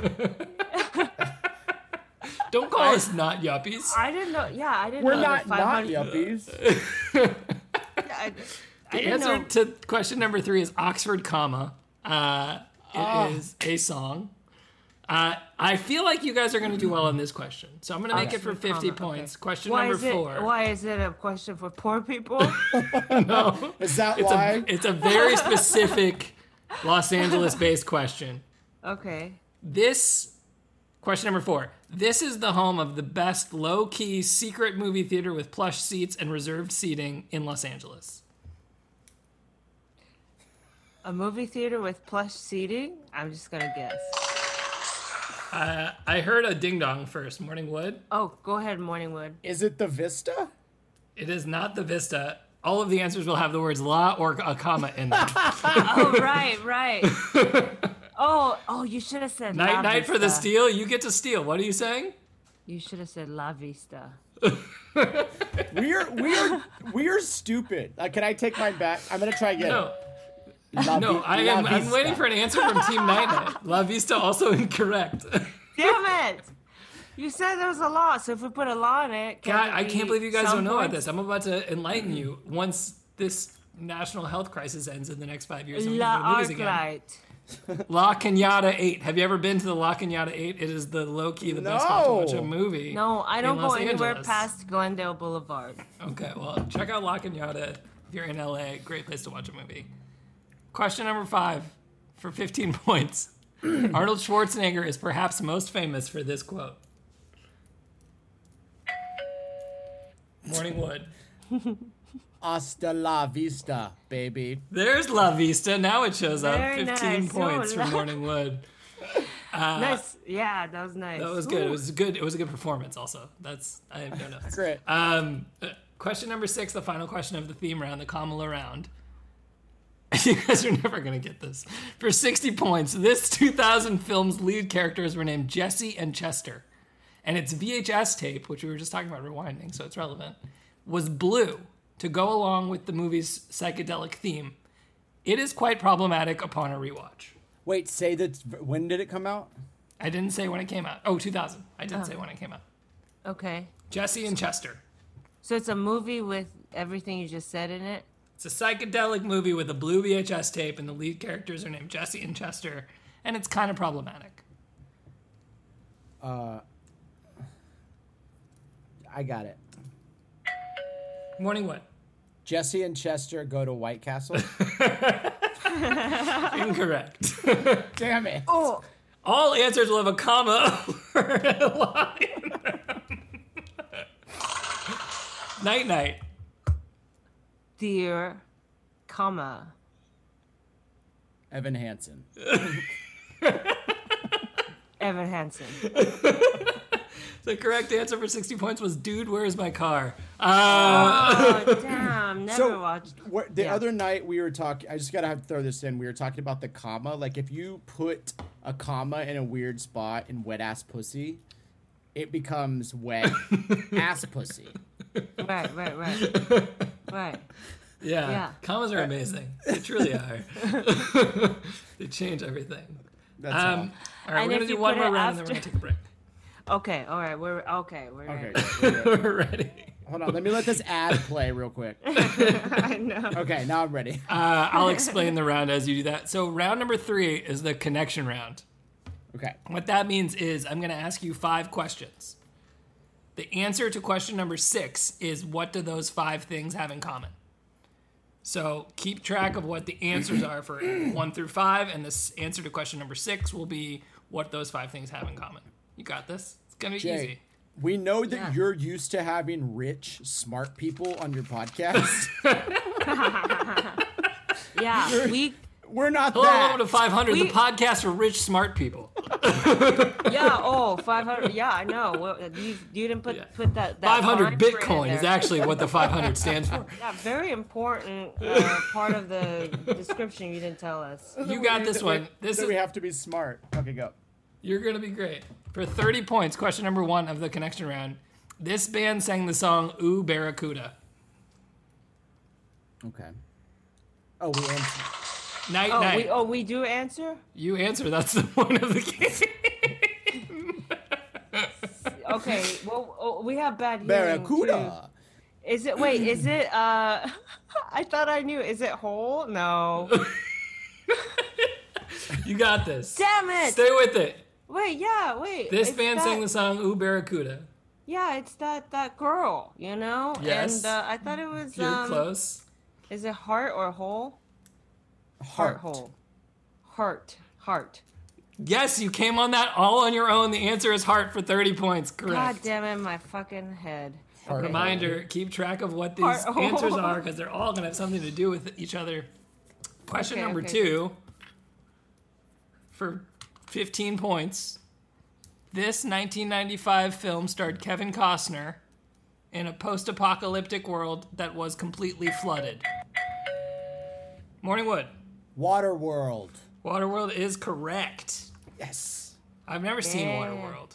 [SPEAKER 2] Don't call us not yuppies.
[SPEAKER 3] I didn't know. Yeah, I didn't
[SPEAKER 4] We're
[SPEAKER 3] know.
[SPEAKER 4] not
[SPEAKER 3] the
[SPEAKER 4] not
[SPEAKER 3] 500
[SPEAKER 4] yuppies.
[SPEAKER 3] I, I
[SPEAKER 2] the
[SPEAKER 3] didn't
[SPEAKER 2] answer
[SPEAKER 3] know.
[SPEAKER 2] to
[SPEAKER 3] Ah.
[SPEAKER 2] question number three is Oxford, comma. Uh, it is a song. Uh, I feel like you guys are going to do well on this question, so I'm going to make
[SPEAKER 3] Okay.
[SPEAKER 2] it for 50
[SPEAKER 3] Oh, Okay.
[SPEAKER 2] points. Question
[SPEAKER 3] Why
[SPEAKER 2] number
[SPEAKER 3] is it?
[SPEAKER 2] four.
[SPEAKER 3] Why is it a question for
[SPEAKER 2] [LAUGHS]
[SPEAKER 3] poor people?
[SPEAKER 2] No,
[SPEAKER 4] Is that
[SPEAKER 2] it's
[SPEAKER 4] why?
[SPEAKER 2] a it's a very specific Los Angeles-based question.
[SPEAKER 3] okay.
[SPEAKER 2] This question number four. This is the home of the best low-key secret movie theater with plush seats and reserved seating in Los Angeles.
[SPEAKER 3] A movie theater with plush seating? I'm just gonna guess.
[SPEAKER 2] I heard a ding dong first. Morning Wood.
[SPEAKER 3] Oh, go
[SPEAKER 2] [LAUGHS]
[SPEAKER 3] ahead, Morningwood.
[SPEAKER 4] Is it the Vista?
[SPEAKER 2] It is not the Vista. All of the answers will have the words la or a comma in them.
[SPEAKER 3] Oh, right,
[SPEAKER 2] [LAUGHS]
[SPEAKER 3] right. oh, oh, you should have said
[SPEAKER 2] night
[SPEAKER 3] [LAUGHS] La
[SPEAKER 2] night for the
[SPEAKER 3] Vista.
[SPEAKER 2] steal. You get to steal. What are you saying?
[SPEAKER 3] You should have said La Vista.
[SPEAKER 4] We are we are we are stupid. Uh, can I take mine back? I'm gonna try again.
[SPEAKER 2] No,
[SPEAKER 4] La
[SPEAKER 2] no.
[SPEAKER 4] vi-
[SPEAKER 2] I
[SPEAKER 4] la
[SPEAKER 2] am. I'm
[SPEAKER 4] vista.
[SPEAKER 2] waiting for an answer from Team Night Night. La Vista also [LAUGHS] incorrect.
[SPEAKER 3] Damn it! You said there was a law, so if we put a law in it, can
[SPEAKER 2] God,
[SPEAKER 3] it
[SPEAKER 2] I
[SPEAKER 3] be
[SPEAKER 2] can't believe you guys
[SPEAKER 3] some
[SPEAKER 2] don't know about
[SPEAKER 3] points?
[SPEAKER 2] this. I'm about to enlighten you once this national health crisis ends in the next five years. and we can go
[SPEAKER 3] La
[SPEAKER 2] to movies again.
[SPEAKER 3] Arclight.
[SPEAKER 2] La Canyada Eight. Have you ever been to the La Canyada Eight? It is the low key, the best spot to watch a
[SPEAKER 4] No.
[SPEAKER 2] movie.
[SPEAKER 3] No, I
[SPEAKER 2] in
[SPEAKER 3] don't go
[SPEAKER 2] Los
[SPEAKER 3] anywhere
[SPEAKER 2] Angeles.
[SPEAKER 3] past Glendale Boulevard.
[SPEAKER 2] Okay, well, check out La Canyada if you're in LA. Great place to watch a movie. Question number five for 15 [LAUGHS]
[SPEAKER 3] [CLEARS THROAT]
[SPEAKER 2] points. Arnold Schwarzenegger is perhaps most famous for this quote. Morning Wood.
[SPEAKER 4] Hasta la vista, baby.
[SPEAKER 2] There's La Vista. Now it shows up.
[SPEAKER 3] Very
[SPEAKER 2] 15
[SPEAKER 3] nice.
[SPEAKER 2] points
[SPEAKER 3] No,
[SPEAKER 2] for
[SPEAKER 3] [LAUGHS] La-
[SPEAKER 2] Morning Wood.
[SPEAKER 3] nice. Yeah, that was nice.
[SPEAKER 2] Uh, That was good. It was good. It was a good performance. Also, that's I have no notes.
[SPEAKER 4] Great.
[SPEAKER 2] Um, uh, question number six, the final question of the theme round, the Kamala round. [LAUGHS] You guys are never going to get this. For 60 points, this 2000 film's lead characters were named Jesse and Chester. And its VHS tape, which we were just talking about rewinding, so it's relevant, was blue to go along with the movie's psychedelic theme. It is quite problematic upon a rewatch.
[SPEAKER 4] Wait, say that. When did it come out?
[SPEAKER 2] I didn't say when it came out. Oh, 2000. I didn't say when it came out.
[SPEAKER 3] Okay.
[SPEAKER 2] Jesse and Chester.
[SPEAKER 3] So it's a movie with everything you just said in it.
[SPEAKER 2] It's a psychedelic movie with a blue VHS tape, and the lead characters are named Jesse and Chester, and it's kind of problematic.
[SPEAKER 4] I got it.
[SPEAKER 2] Morning Wood.
[SPEAKER 4] Jesse and Chester go to White Castle.
[SPEAKER 2] [LAUGHS] Incorrect.
[SPEAKER 4] [LAUGHS] Damn it.
[SPEAKER 3] Oh,
[SPEAKER 2] [LAUGHS] All answers will have a comma [LAUGHS] or a line. [LAUGHS] night night.
[SPEAKER 3] dear, comma.
[SPEAKER 4] Evan Hansen.
[SPEAKER 3] Evan Hansen.
[SPEAKER 2] [LAUGHS] The correct answer for 60 points was Dude, Where's My Car?
[SPEAKER 3] Oh damn! Never
[SPEAKER 2] [LAUGHS]
[SPEAKER 4] So,
[SPEAKER 3] watched.
[SPEAKER 4] What, the
[SPEAKER 3] Yeah.
[SPEAKER 4] other night we were talking. I just gotta have to throw this in. We were talking about the comma. Like if you put a comma in a weird spot in wet ass pussy, it
[SPEAKER 2] [LAUGHS]
[SPEAKER 4] becomes wet ass pussy.
[SPEAKER 3] Right, right, right, right.
[SPEAKER 2] Yeah.
[SPEAKER 3] Yeah.
[SPEAKER 2] Commas are amazing. They truly [LAUGHS] are. they change everything.
[SPEAKER 4] That's
[SPEAKER 2] Um, all right, we're
[SPEAKER 3] And
[SPEAKER 2] going to
[SPEAKER 3] if you
[SPEAKER 2] do one
[SPEAKER 3] put
[SPEAKER 2] more
[SPEAKER 3] it
[SPEAKER 2] round and then we're
[SPEAKER 3] after-
[SPEAKER 2] going to take a
[SPEAKER 3] [LAUGHS]
[SPEAKER 2] break.
[SPEAKER 3] Okay, all right. We're okay. We're
[SPEAKER 4] all. Okay.
[SPEAKER 3] ready.
[SPEAKER 4] great, great,
[SPEAKER 2] [LAUGHS] [LAUGHS]
[SPEAKER 4] great.
[SPEAKER 2] We're ready.
[SPEAKER 4] Hold on. Let me let this ad play
[SPEAKER 2] [LAUGHS]
[SPEAKER 4] real quick.
[SPEAKER 3] I know.
[SPEAKER 4] Okay, now I'm ready.
[SPEAKER 2] Uh, I'll explain the round as you do that. So, round number three is the connection round.
[SPEAKER 4] Okay.
[SPEAKER 2] What that means is I'm going to ask you five questions. The answer to question number six is what do those five things have in common? So, keep track of what the answers are
[SPEAKER 3] [CLEARS THROAT]
[SPEAKER 2] for one through five, and this answer to question number six will be what those five things have in common. You got this? It's going to be
[SPEAKER 4] Jay,
[SPEAKER 2] easy.
[SPEAKER 4] we know that
[SPEAKER 3] Yeah.
[SPEAKER 4] you're used to having rich, smart people on your
[SPEAKER 2] [LAUGHS]
[SPEAKER 4] podcast.
[SPEAKER 3] Yeah, we.
[SPEAKER 4] We're not
[SPEAKER 2] Hello,
[SPEAKER 4] that.
[SPEAKER 2] welcome to 500, the
[SPEAKER 3] We-
[SPEAKER 2] podcast for rich, smart people.
[SPEAKER 3] Yeah. Oh, 500. Yeah, I know. Well, you, you didn't put
[SPEAKER 2] Yeah.
[SPEAKER 3] put that. that
[SPEAKER 2] 500
[SPEAKER 3] fine print in
[SPEAKER 2] Bitcoin is
[SPEAKER 3] there.
[SPEAKER 2] actually what
[SPEAKER 3] [LAUGHS]
[SPEAKER 2] the 500 stands for.
[SPEAKER 3] Yeah, very important
[SPEAKER 2] [LAUGHS]
[SPEAKER 3] uh, part of the description you didn't tell us.
[SPEAKER 2] You got this one. This
[SPEAKER 4] that
[SPEAKER 2] is
[SPEAKER 4] we have to be smart. Okay, go.
[SPEAKER 2] You're gonna be great. For 30 points, question number one of the connection round. This band sang the song Ooh Barracuda.
[SPEAKER 4] Okay. Oh, we answered.
[SPEAKER 2] Night
[SPEAKER 3] Oh,
[SPEAKER 2] night.
[SPEAKER 3] we oh we do answer.
[SPEAKER 2] You answer, that's the [LAUGHS] point of the game.
[SPEAKER 3] Okay. Well, oh, we have bad hearing. too.
[SPEAKER 4] Barracuda.
[SPEAKER 3] Is it? Wait. Is it? Uh, [LAUGHS] I thought I knew. Is it whole? No.
[SPEAKER 2] [LAUGHS] you got this.
[SPEAKER 3] Damn it!
[SPEAKER 2] Stay with it.
[SPEAKER 3] Wait, yeah, wait.
[SPEAKER 2] This
[SPEAKER 3] it's
[SPEAKER 2] band sang
[SPEAKER 3] that-
[SPEAKER 2] the song "Ooh Barracuda."
[SPEAKER 3] Yeah, it's that that girl, you know.
[SPEAKER 2] Yes.
[SPEAKER 3] And uh, I thought it was.
[SPEAKER 2] You're
[SPEAKER 3] um,
[SPEAKER 2] close.
[SPEAKER 3] Is it heart or hole?
[SPEAKER 4] Heart.
[SPEAKER 3] hole. Heart. Heart.
[SPEAKER 2] Yes, you came on that all on your own. The answer is heart for 30 points.
[SPEAKER 3] God
[SPEAKER 2] Correct.
[SPEAKER 3] damn it, my fucking head.
[SPEAKER 4] Heart.
[SPEAKER 2] Reminder, keep track of what these
[SPEAKER 3] [LAUGHS] Heart.
[SPEAKER 2] answers are because they're all going to have something to do with each other. Question
[SPEAKER 3] Okay,
[SPEAKER 2] number
[SPEAKER 3] okay.
[SPEAKER 2] two for 15 points. This 1995 film starred Kevin Costner in a post apocalyptic world that was completely flooded. Morning Wood,
[SPEAKER 4] Waterworld.
[SPEAKER 2] Waterworld is correct.
[SPEAKER 4] Yes.
[SPEAKER 2] I've never seen
[SPEAKER 3] Yeah.
[SPEAKER 2] Waterworld.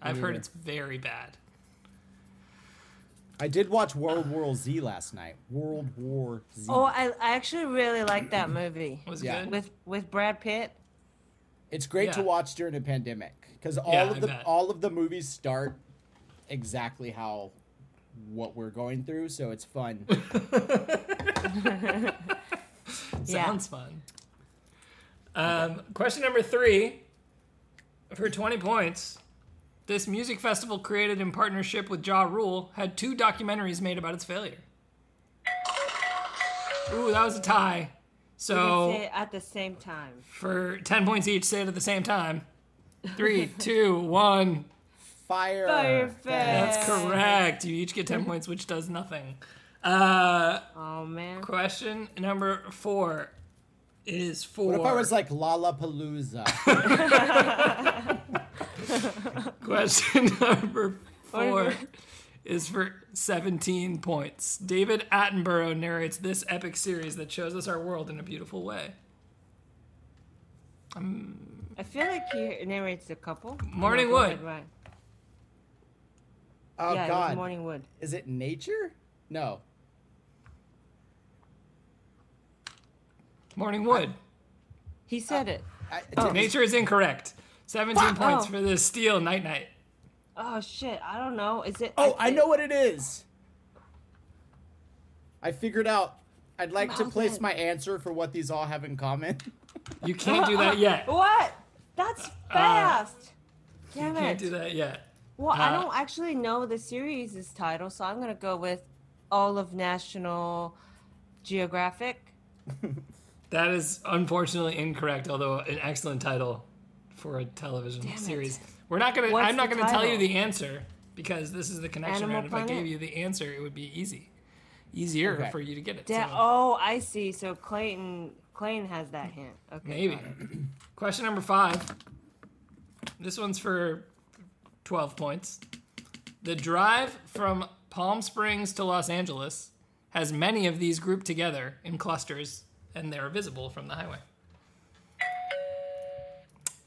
[SPEAKER 2] I've heard it's very bad.
[SPEAKER 4] I did watch World War Z last night. World War Z.
[SPEAKER 3] Oh, I, I actually really like that movie
[SPEAKER 2] Was it
[SPEAKER 4] Yeah.
[SPEAKER 2] good?
[SPEAKER 3] with with Brad Pitt.
[SPEAKER 4] It's great to
[SPEAKER 2] Yeah.
[SPEAKER 4] watch during a pandemic because all
[SPEAKER 2] Yeah, I
[SPEAKER 4] of the
[SPEAKER 2] bet.
[SPEAKER 4] all of the movies start exactly how what we're going through, so it's fun.
[SPEAKER 3] Yeah.
[SPEAKER 2] Sounds fun. Um, question number three for 20 points. This music festival, created in partnership with Ja Rule, had two documentaries made about its failure. Ooh, that was a tie.
[SPEAKER 3] Say
[SPEAKER 2] So
[SPEAKER 3] it uh, at the same time.
[SPEAKER 2] for 10 points each, say it at the same
[SPEAKER 3] [LAUGHS]
[SPEAKER 2] time. Three, two, one.
[SPEAKER 4] Fire.
[SPEAKER 3] Firefest.
[SPEAKER 2] That's correct. You each get
[SPEAKER 3] [LAUGHS]
[SPEAKER 2] 10 points, which does nothing. Uh,
[SPEAKER 3] Oh man.
[SPEAKER 2] question number four is for.
[SPEAKER 4] What if I was like Lollapalooza?
[SPEAKER 2] Question [LAUGHS] number
[SPEAKER 3] What
[SPEAKER 2] four
[SPEAKER 3] if-
[SPEAKER 2] is for 17 points. David Attenborough narrates this epic series that shows us our world in a beautiful way.
[SPEAKER 3] I feel like he narrates a couple.
[SPEAKER 2] Morning
[SPEAKER 3] Oh, go
[SPEAKER 2] Wood.
[SPEAKER 3] ahead, Ryan.
[SPEAKER 4] Oh
[SPEAKER 3] yeah, it was
[SPEAKER 4] God,
[SPEAKER 3] Morning Wood.
[SPEAKER 4] is it nature? No.
[SPEAKER 2] Morning Wood.
[SPEAKER 3] He said it.
[SPEAKER 4] I,
[SPEAKER 3] Oh.
[SPEAKER 4] did-
[SPEAKER 2] Nature is incorrect. 17 points
[SPEAKER 3] Oh.
[SPEAKER 2] for this steel night night.
[SPEAKER 3] Oh shit, I don't know. Is it?
[SPEAKER 4] oh, I
[SPEAKER 3] thi-
[SPEAKER 4] know what it is. I figured out. I'd like to
[SPEAKER 3] Mouth
[SPEAKER 4] place
[SPEAKER 3] it.
[SPEAKER 4] my answer for what these all have in common. [LAUGHS]
[SPEAKER 2] You can't do that yet. You
[SPEAKER 3] [LAUGHS] What? That's fast. Damn
[SPEAKER 2] Uh, can't
[SPEAKER 3] it.
[SPEAKER 2] do that yet.
[SPEAKER 3] Well, I
[SPEAKER 2] Uh,
[SPEAKER 3] don't actually know the series' title, so I'm gonna go with all of National Geographic.
[SPEAKER 2] That is unfortunately incorrect, although an excellent title for a television
[SPEAKER 3] it.
[SPEAKER 2] series. We're not gonna.
[SPEAKER 3] What's
[SPEAKER 2] I'm not
[SPEAKER 3] the
[SPEAKER 2] gonna tell you
[SPEAKER 3] title?
[SPEAKER 2] the answer because this is the connection
[SPEAKER 3] Animal
[SPEAKER 2] round. If I
[SPEAKER 3] Planet?
[SPEAKER 2] gave you the answer, it would be easy, easier
[SPEAKER 4] Okay.
[SPEAKER 2] for you to get it.
[SPEAKER 3] Da-
[SPEAKER 2] so,
[SPEAKER 3] oh, I see. So Clayton, Clayton has that hint. Okay.
[SPEAKER 2] maybe.
[SPEAKER 3] got it.
[SPEAKER 2] Question number five. This one's for twelve points. The drive from Palm Springs to Los Angeles has many of these grouped together in clusters, and they are visible from the highway.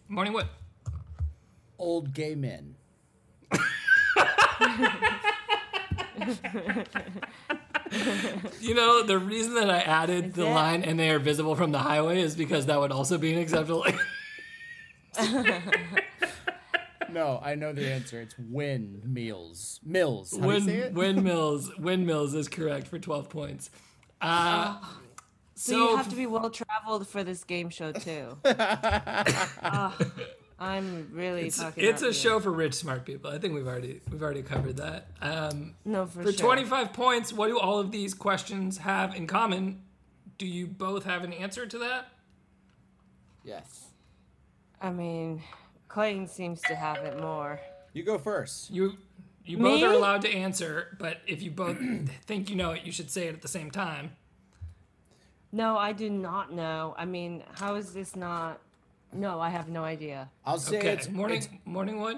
[SPEAKER 2] Morning Wood.
[SPEAKER 4] Old gay men.
[SPEAKER 2] You know, the reason that I added the
[SPEAKER 3] it?
[SPEAKER 2] line and they are visible from the highway is because that would also be an [LAUGHS] acceptable.
[SPEAKER 4] No, I know the answer. It's windmills. Mills. How do you say
[SPEAKER 2] Wind,
[SPEAKER 4] it?
[SPEAKER 2] windmills. Windmills is correct for 12 points. Uh,
[SPEAKER 3] So,
[SPEAKER 2] so,
[SPEAKER 3] you have to be well traveled for this game
[SPEAKER 2] [LAUGHS]
[SPEAKER 3] show too. Ah, I'm really
[SPEAKER 2] it's,
[SPEAKER 3] fucking.
[SPEAKER 2] it's
[SPEAKER 3] up
[SPEAKER 2] a
[SPEAKER 3] here.
[SPEAKER 2] show for rich, smart people. I think we've already we've already covered that. Um,
[SPEAKER 3] No, for,
[SPEAKER 2] for
[SPEAKER 3] sure.
[SPEAKER 2] 25 points, what do all of these questions have in common? Do you both have an answer to that?
[SPEAKER 4] yes.
[SPEAKER 3] I mean, Clayton seems to have it more.
[SPEAKER 4] You go first.
[SPEAKER 2] You you
[SPEAKER 3] Me?
[SPEAKER 2] both are allowed to answer, but if you both [CLEARS THROAT] think you know it, you should say it at the same time.
[SPEAKER 3] No, I do not know. I mean, how is this not? No, I have no idea.
[SPEAKER 4] I'll say
[SPEAKER 2] Okay.
[SPEAKER 4] it's
[SPEAKER 2] Morning
[SPEAKER 4] It's,
[SPEAKER 2] Morning Wood.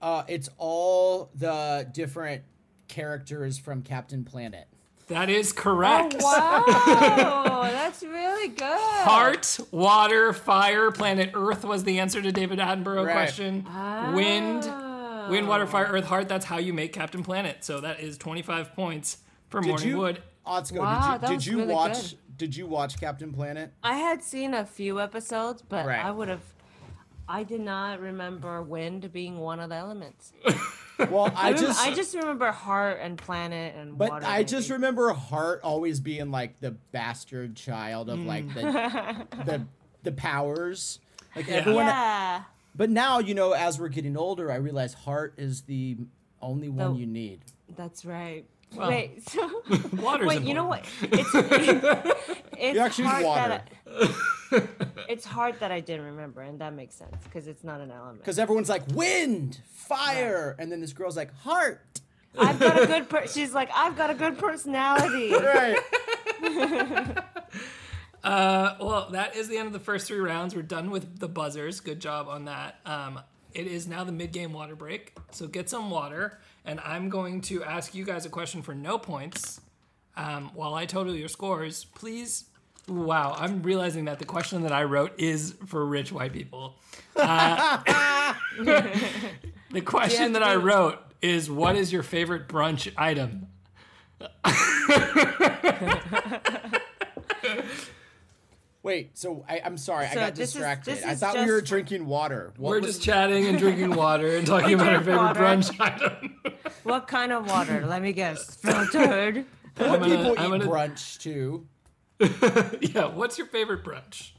[SPEAKER 4] uh, it's all the different characters from Captain Planet.
[SPEAKER 2] That is
[SPEAKER 3] Oh,
[SPEAKER 2] correct.
[SPEAKER 3] wow, [LAUGHS] that's really good.
[SPEAKER 2] Heart, water, fire, planet Earth was the answer to David Attenborough
[SPEAKER 4] Right.
[SPEAKER 2] question.
[SPEAKER 3] Ah.
[SPEAKER 2] Wind,
[SPEAKER 3] Oh.
[SPEAKER 2] wind, water, fire, earth, heart. That's how you make Captain Planet. So that is 25 points for Morning
[SPEAKER 4] you,
[SPEAKER 2] Wood.
[SPEAKER 4] Otsko,
[SPEAKER 3] Wow,
[SPEAKER 4] did
[SPEAKER 3] that
[SPEAKER 4] you, did
[SPEAKER 3] was
[SPEAKER 4] you
[SPEAKER 3] really
[SPEAKER 4] watch? Did you watch Captain Planet?
[SPEAKER 3] I had seen a few episodes, but
[SPEAKER 4] Right.
[SPEAKER 3] I would have. I did not remember wind being one of the elements.
[SPEAKER 4] Well, [LAUGHS] I
[SPEAKER 3] I, remem-
[SPEAKER 4] just,
[SPEAKER 3] I just remember heart and planet and
[SPEAKER 4] but
[SPEAKER 3] water.
[SPEAKER 4] I just
[SPEAKER 3] maybe.
[SPEAKER 4] remember Hart always being like the bastard child of like the the the powers. Like everyone,
[SPEAKER 3] Mm. yeah.
[SPEAKER 4] But now, you know, as we're getting older, I realize heart is the only one
[SPEAKER 3] No.
[SPEAKER 4] you need.
[SPEAKER 3] That's right.
[SPEAKER 2] Well,
[SPEAKER 3] Wait, [LAUGHS] so
[SPEAKER 2] [LAUGHS] water's
[SPEAKER 3] wait, you know what? It's
[SPEAKER 2] [LAUGHS]
[SPEAKER 3] it's
[SPEAKER 4] You actually use
[SPEAKER 3] hard
[SPEAKER 4] water.
[SPEAKER 3] that I, it's hard that I didn't remember, and that makes sense because it's not
[SPEAKER 2] [LAUGHS]
[SPEAKER 3] an element.
[SPEAKER 4] Because everyone's like, wind, fire. And then this girl's like, heart.
[SPEAKER 3] I've got a good. Per- She's like, I've got a good personality. [LAUGHS]
[SPEAKER 4] Right.
[SPEAKER 2] Uh, well, that is the end of the first three rounds. We're done with the buzzers. Good job on that. Um, it is now the mid-game water break, so get some water. And I'm going to ask you guys a question for no points. Um, while I total your scores, please. Wow, I'm realizing that the question that I wrote is for rich white people. Uh, [LAUGHS] the question that I wrote is, "What is your favorite brunch item?"
[SPEAKER 4] [LAUGHS] Wait, so I, I'm sorry, I
[SPEAKER 3] So
[SPEAKER 4] got
[SPEAKER 3] this is-
[SPEAKER 4] distracted.
[SPEAKER 3] this
[SPEAKER 4] I
[SPEAKER 3] is
[SPEAKER 4] thought we were
[SPEAKER 3] just-
[SPEAKER 4] drinking water. What
[SPEAKER 2] We're
[SPEAKER 4] was-
[SPEAKER 2] just chatting and drinking water and talking about our
[SPEAKER 3] drink
[SPEAKER 2] favorite
[SPEAKER 3] water.
[SPEAKER 2] brunch item.
[SPEAKER 3] What kind of water? Let me guess. Filtered.
[SPEAKER 4] what
[SPEAKER 2] gonna-
[SPEAKER 4] people
[SPEAKER 2] I'm
[SPEAKER 4] eat
[SPEAKER 2] gonna-
[SPEAKER 4] brunch too.
[SPEAKER 2] [LAUGHS] yeah, what's your favorite brunch?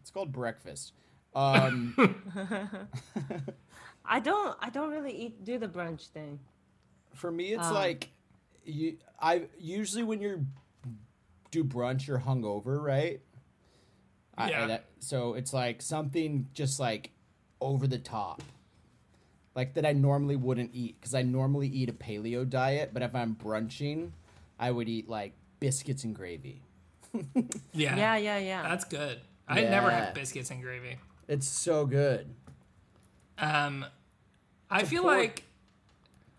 [SPEAKER 4] It's called breakfast. Um,
[SPEAKER 3] I don't. I don't really eat. Do the brunch thing.
[SPEAKER 4] for me,
[SPEAKER 3] Um,
[SPEAKER 4] it's like you. I usually when you do brunch, you're hungover, right? I- I-
[SPEAKER 2] Yeah.
[SPEAKER 4] that- so it's like something just like over the top, like that I normally wouldn't eat because I normally eat a paleo diet, but if I'm brunching, I would eat like biscuits and gravy.
[SPEAKER 2] Yeah,
[SPEAKER 3] Yeah, yeah, yeah.
[SPEAKER 2] that's good. I never
[SPEAKER 4] Yeah.
[SPEAKER 2] have biscuits and gravy.
[SPEAKER 4] It's so good.
[SPEAKER 2] Um, I feel
[SPEAKER 4] pork.
[SPEAKER 2] like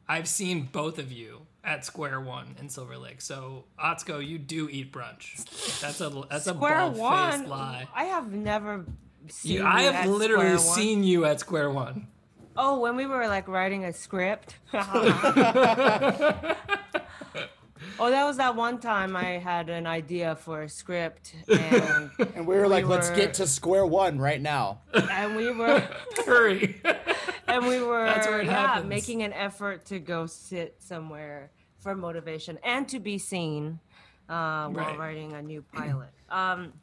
[SPEAKER 2] I've seen both of you at Square One in Silver Lake. So Atsuko, you do eat brunch. That's a that's
[SPEAKER 3] Square
[SPEAKER 2] a bald
[SPEAKER 3] one.
[SPEAKER 2] faced lie.
[SPEAKER 3] I have never seen.
[SPEAKER 2] You, I
[SPEAKER 3] you
[SPEAKER 2] have
[SPEAKER 3] at
[SPEAKER 2] literally
[SPEAKER 3] Square One.
[SPEAKER 2] seen you at Square One.
[SPEAKER 3] Oh, when we were like writing
[SPEAKER 2] [LAUGHS]
[SPEAKER 3] a script. oh, that was that one time I had an idea for a script, and
[SPEAKER 4] And we were like, let's
[SPEAKER 3] were-
[SPEAKER 4] get to square one right now.
[SPEAKER 3] and we were
[SPEAKER 2] Hurry.
[SPEAKER 4] Oh,
[SPEAKER 3] and we were
[SPEAKER 2] That's where it
[SPEAKER 3] yeah,
[SPEAKER 2] happens.
[SPEAKER 3] making an effort to go sit somewhere for motivation and to be seen uh, while
[SPEAKER 2] Right.
[SPEAKER 3] writing a new pilot. Um,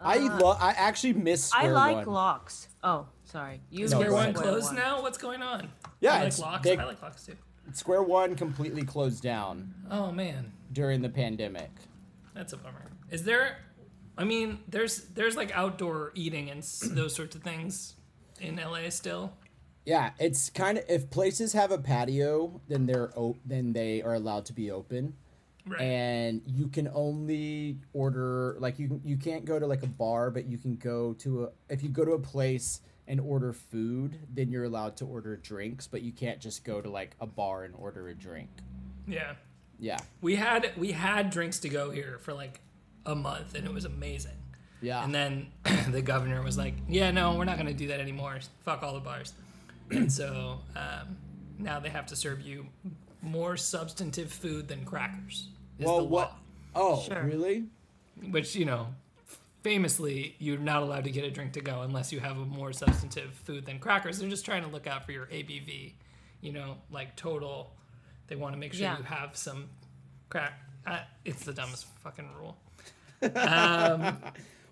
[SPEAKER 4] I lo- I actually miss
[SPEAKER 3] Uh, I
[SPEAKER 4] square
[SPEAKER 3] like
[SPEAKER 4] one.
[SPEAKER 3] locks. Oh, sorry. You
[SPEAKER 4] No,
[SPEAKER 3] mean
[SPEAKER 2] Square
[SPEAKER 4] go
[SPEAKER 2] One
[SPEAKER 4] ahead.
[SPEAKER 2] closed now. What's going on?
[SPEAKER 4] Yeah,
[SPEAKER 2] I like
[SPEAKER 4] it's-
[SPEAKER 2] locks.
[SPEAKER 4] they-
[SPEAKER 2] I like locks too.
[SPEAKER 4] Square One completely closed down
[SPEAKER 2] Oh man.
[SPEAKER 4] during the pandemic.
[SPEAKER 2] That's a bummer. Is there? I mean, there's there's like outdoor eating and s- those sorts of things in LA still.
[SPEAKER 4] Yeah, it's kind of if places have a patio, then they're o- then they are allowed to be open,
[SPEAKER 2] Right.
[SPEAKER 4] and you can only order like you you can't go to like a bar, but you can go to a if you go to a place and order food, then you're allowed to order drinks, but you can't just go to like a bar and order a drink.
[SPEAKER 2] yeah.
[SPEAKER 4] Yeah,
[SPEAKER 2] We had we had drinks to go here for like a month and it was amazing.
[SPEAKER 4] yeah.
[SPEAKER 2] And then [CLEARS THROAT] the governor was like, "Yeah, no, we're not going to do that anymore. Fuck all the bars." [CLEARS THROAT] and so um, now they have to serve you more substantive food than crackers. Is
[SPEAKER 4] well,
[SPEAKER 2] the
[SPEAKER 4] what?
[SPEAKER 2] law.
[SPEAKER 4] Oh,
[SPEAKER 3] Sure.
[SPEAKER 4] really?
[SPEAKER 2] which you know famously you're not allowed to get a drink to go unless you have a more substantive food than crackers they're just trying to look out for your abv you know like total they want to make sure
[SPEAKER 3] Yeah.
[SPEAKER 2] you have some crack uh, it's the dumbest fucking rule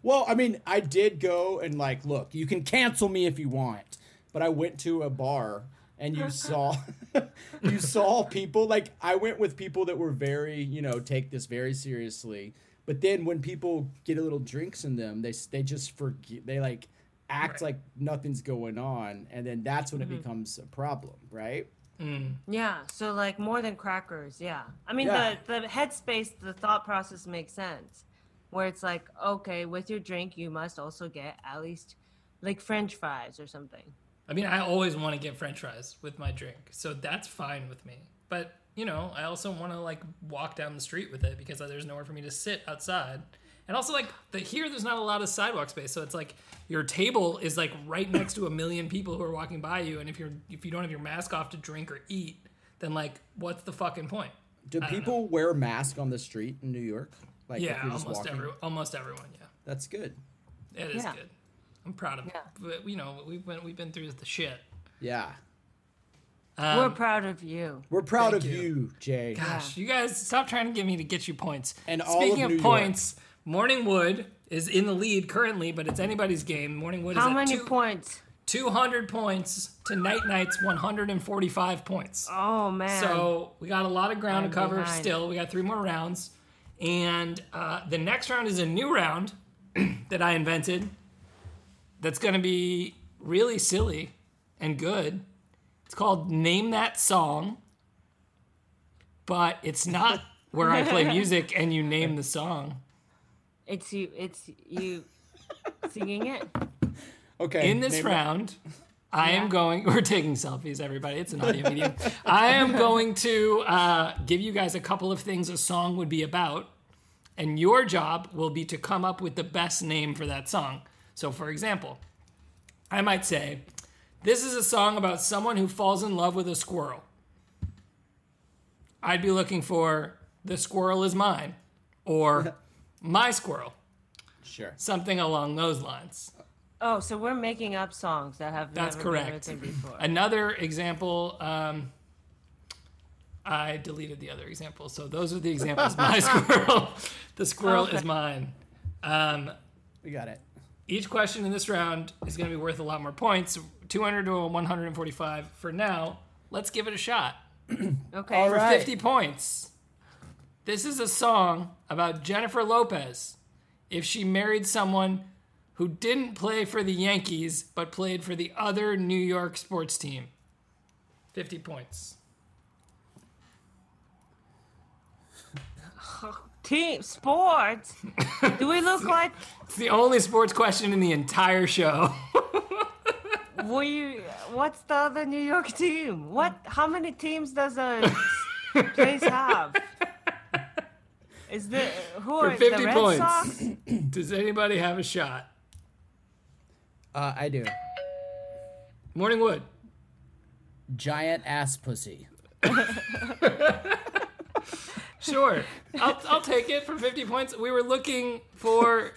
[SPEAKER 4] Well, I mean, I did go and like, look, you can cancel me if you want, but I went to a bar and you saw [LAUGHS] you saw people like I went with people that were very, you know, take this very seriously. But then when people get a little drinks in them, they s- they just forget they like act like nothing's going on and then that's
[SPEAKER 2] Mm-hmm.
[SPEAKER 4] when it becomes a problem, right?
[SPEAKER 3] Yeah, so like more than crackers, yeah. I mean
[SPEAKER 4] Yeah.
[SPEAKER 3] the the headspace, the thought process makes sense. Where it's like, okay, with your drink you must also get at least like french fries or something.
[SPEAKER 2] i mean i always want to get french fries with my drink so that's fine with me but you know i also want to like walk down the street with it because there's nowhere for me to sit outside and also like the, here there's not a lot of sidewalk space so it's like your table is like right next to a million people who are walking by you and if you're if you don't have your mask off to drink or eat then like what's the fucking point
[SPEAKER 4] Do people wear masks on the street in New York? Like if
[SPEAKER 2] yeah
[SPEAKER 4] you're just
[SPEAKER 2] almost
[SPEAKER 4] walking?
[SPEAKER 2] every almost everyone yeah
[SPEAKER 4] That's good.
[SPEAKER 2] it is
[SPEAKER 3] Yeah.
[SPEAKER 2] good i'm proud of
[SPEAKER 3] Yeah.
[SPEAKER 2] but you know we've been we've been through the shit
[SPEAKER 4] Yeah.
[SPEAKER 2] um,
[SPEAKER 3] We're proud of you.
[SPEAKER 4] We're proud
[SPEAKER 2] Thank
[SPEAKER 4] of
[SPEAKER 2] you.
[SPEAKER 4] you, Jay.
[SPEAKER 2] Gosh, you guys stop trying to get me to get you points.
[SPEAKER 4] And all
[SPEAKER 2] speaking
[SPEAKER 4] of
[SPEAKER 2] of,
[SPEAKER 4] New York.
[SPEAKER 2] points, Morning Wood is in the lead currently, but it's anybody's game. Morning Wood is
[SPEAKER 3] How
[SPEAKER 2] at
[SPEAKER 3] many
[SPEAKER 2] two-
[SPEAKER 3] points?
[SPEAKER 2] 200 points to Night Night's 145 points.
[SPEAKER 3] Oh man.
[SPEAKER 2] So we got a lot of ground
[SPEAKER 3] I'm
[SPEAKER 2] to cover
[SPEAKER 3] behind.
[SPEAKER 2] still. We got three more rounds. And uh, the next round is a new round [CLEARS THROAT] that I invented that's going to be really silly and good. It's called Name That Song, but it's
[SPEAKER 3] [LAUGHS]
[SPEAKER 2] not where I play music and you name the song.
[SPEAKER 3] it's you it's
[SPEAKER 2] [LAUGHS]
[SPEAKER 3] you singing it?
[SPEAKER 4] Okay.
[SPEAKER 2] In this
[SPEAKER 4] name-
[SPEAKER 2] round, I am going. [LAUGHS] We're taking selfies, everybody. It's an audio medium. I am going to uh, give you guys a couple of things a song would be about, and your job will be to come up with the best name for that song. So, for example, I might say, "This is a song about someone who falls in love with a squirrel." I'd be looking for "The Squirrel Is Mine" or "My Squirrel,"
[SPEAKER 4] Sure.
[SPEAKER 2] something along those lines.
[SPEAKER 3] Oh, so we're making up songs that have
[SPEAKER 2] That's
[SPEAKER 3] never been
[SPEAKER 2] correct. [LAUGHS]
[SPEAKER 3] written before.
[SPEAKER 2] Another example. Um, I deleted the other example, so those are the examples. My
[SPEAKER 4] [LAUGHS]
[SPEAKER 2] squirrel, the squirrel is mine. Um,
[SPEAKER 4] We got it.
[SPEAKER 2] each question in this round is going to be worth a lot more points. 200 to 145 for now. Let's give it a shot.
[SPEAKER 3] okay.
[SPEAKER 4] All right.
[SPEAKER 2] 50 points. This is a song about Jennifer Lopez if she married someone who didn't play for the Yankees but played for the other New York sports team. 50 points. [LAUGHS]
[SPEAKER 3] Team sports. Do we look like
[SPEAKER 2] It's the only sports question in the entire show. [LAUGHS]
[SPEAKER 3] were you what's the other New York team? What
[SPEAKER 2] Hmm.
[SPEAKER 3] how many teams
[SPEAKER 2] [LAUGHS]
[SPEAKER 3] does a s- place have? Is the who are the
[SPEAKER 2] 50
[SPEAKER 3] Red
[SPEAKER 2] points. [LAUGHS]
[SPEAKER 3] Sox?
[SPEAKER 2] Does anybody have a shot?
[SPEAKER 4] Uh, I do.
[SPEAKER 2] Morning Wood.
[SPEAKER 4] Giant ass pussy.
[SPEAKER 2] Sure. I'll, I'll take it for 50 points. We were looking for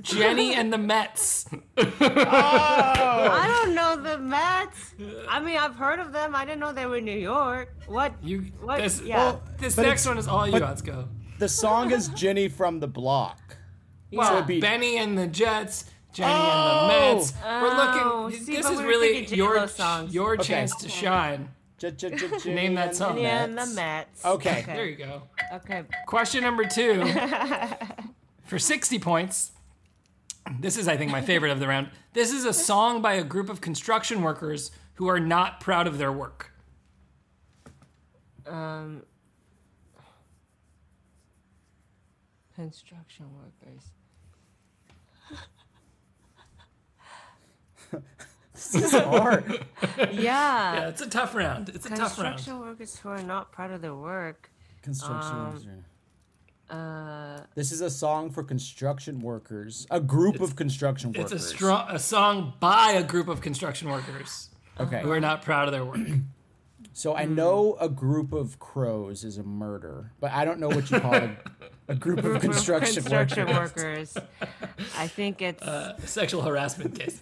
[SPEAKER 2] Jenny and the
[SPEAKER 3] [LAUGHS]
[SPEAKER 2] Mets.
[SPEAKER 3] I don't know the Mets. I mean, I've heard of them. I didn't know they were in New York. What?
[SPEAKER 2] You
[SPEAKER 3] What?
[SPEAKER 2] this,
[SPEAKER 3] Yeah. Well,
[SPEAKER 2] this
[SPEAKER 4] but
[SPEAKER 2] next
[SPEAKER 4] it's-
[SPEAKER 2] one is all you,
[SPEAKER 4] but-
[SPEAKER 2] Atsuko.
[SPEAKER 4] The song is Jenny from the Block.
[SPEAKER 2] Well,
[SPEAKER 4] it'd be-
[SPEAKER 2] Benny and the Jets, Jenny
[SPEAKER 4] Oh!
[SPEAKER 2] and the Mets.
[SPEAKER 3] Oh,
[SPEAKER 2] we're looking.
[SPEAKER 3] see,
[SPEAKER 2] this
[SPEAKER 3] but
[SPEAKER 2] is
[SPEAKER 3] we were
[SPEAKER 2] really
[SPEAKER 3] thinking
[SPEAKER 2] your
[SPEAKER 3] J-Lo songs.
[SPEAKER 2] your
[SPEAKER 4] Okay.
[SPEAKER 2] chance to shine.
[SPEAKER 4] J- j- j-
[SPEAKER 2] [LAUGHS] Name that song.
[SPEAKER 4] Jenny
[SPEAKER 3] Yeah, and the Mets.
[SPEAKER 4] Okay.
[SPEAKER 2] There you go.
[SPEAKER 3] Okay.
[SPEAKER 2] Question number
[SPEAKER 3] [LAUGHS]
[SPEAKER 2] two for sixty points. This is, I think, my favorite of the round. This is a song by a group of construction workers who are not proud of their work.
[SPEAKER 3] Um, construction workers.
[SPEAKER 4] This
[SPEAKER 3] [LAUGHS]
[SPEAKER 4] is
[SPEAKER 3] Um,
[SPEAKER 4] hard.
[SPEAKER 2] Yeah,
[SPEAKER 3] Yeah.
[SPEAKER 2] Uh, it's a tough round. It's a tough round.
[SPEAKER 3] construction workers who are not proud of their work.
[SPEAKER 4] Construction
[SPEAKER 3] Um,
[SPEAKER 4] workers.
[SPEAKER 3] Uh,
[SPEAKER 4] This is a song for construction workers. A group of construction
[SPEAKER 2] It's
[SPEAKER 4] workers.
[SPEAKER 2] a strong a song by a group of construction workers
[SPEAKER 4] Okay.
[SPEAKER 2] who are not proud of their work.
[SPEAKER 4] So
[SPEAKER 2] Hmm.
[SPEAKER 4] I know a group of crows is a murder, but I don't know what you call a, a group
[SPEAKER 2] [LAUGHS]
[SPEAKER 4] of construction,
[SPEAKER 3] construction
[SPEAKER 4] workers.
[SPEAKER 3] workers. I think it's
[SPEAKER 2] Uh, Sexual harassment case.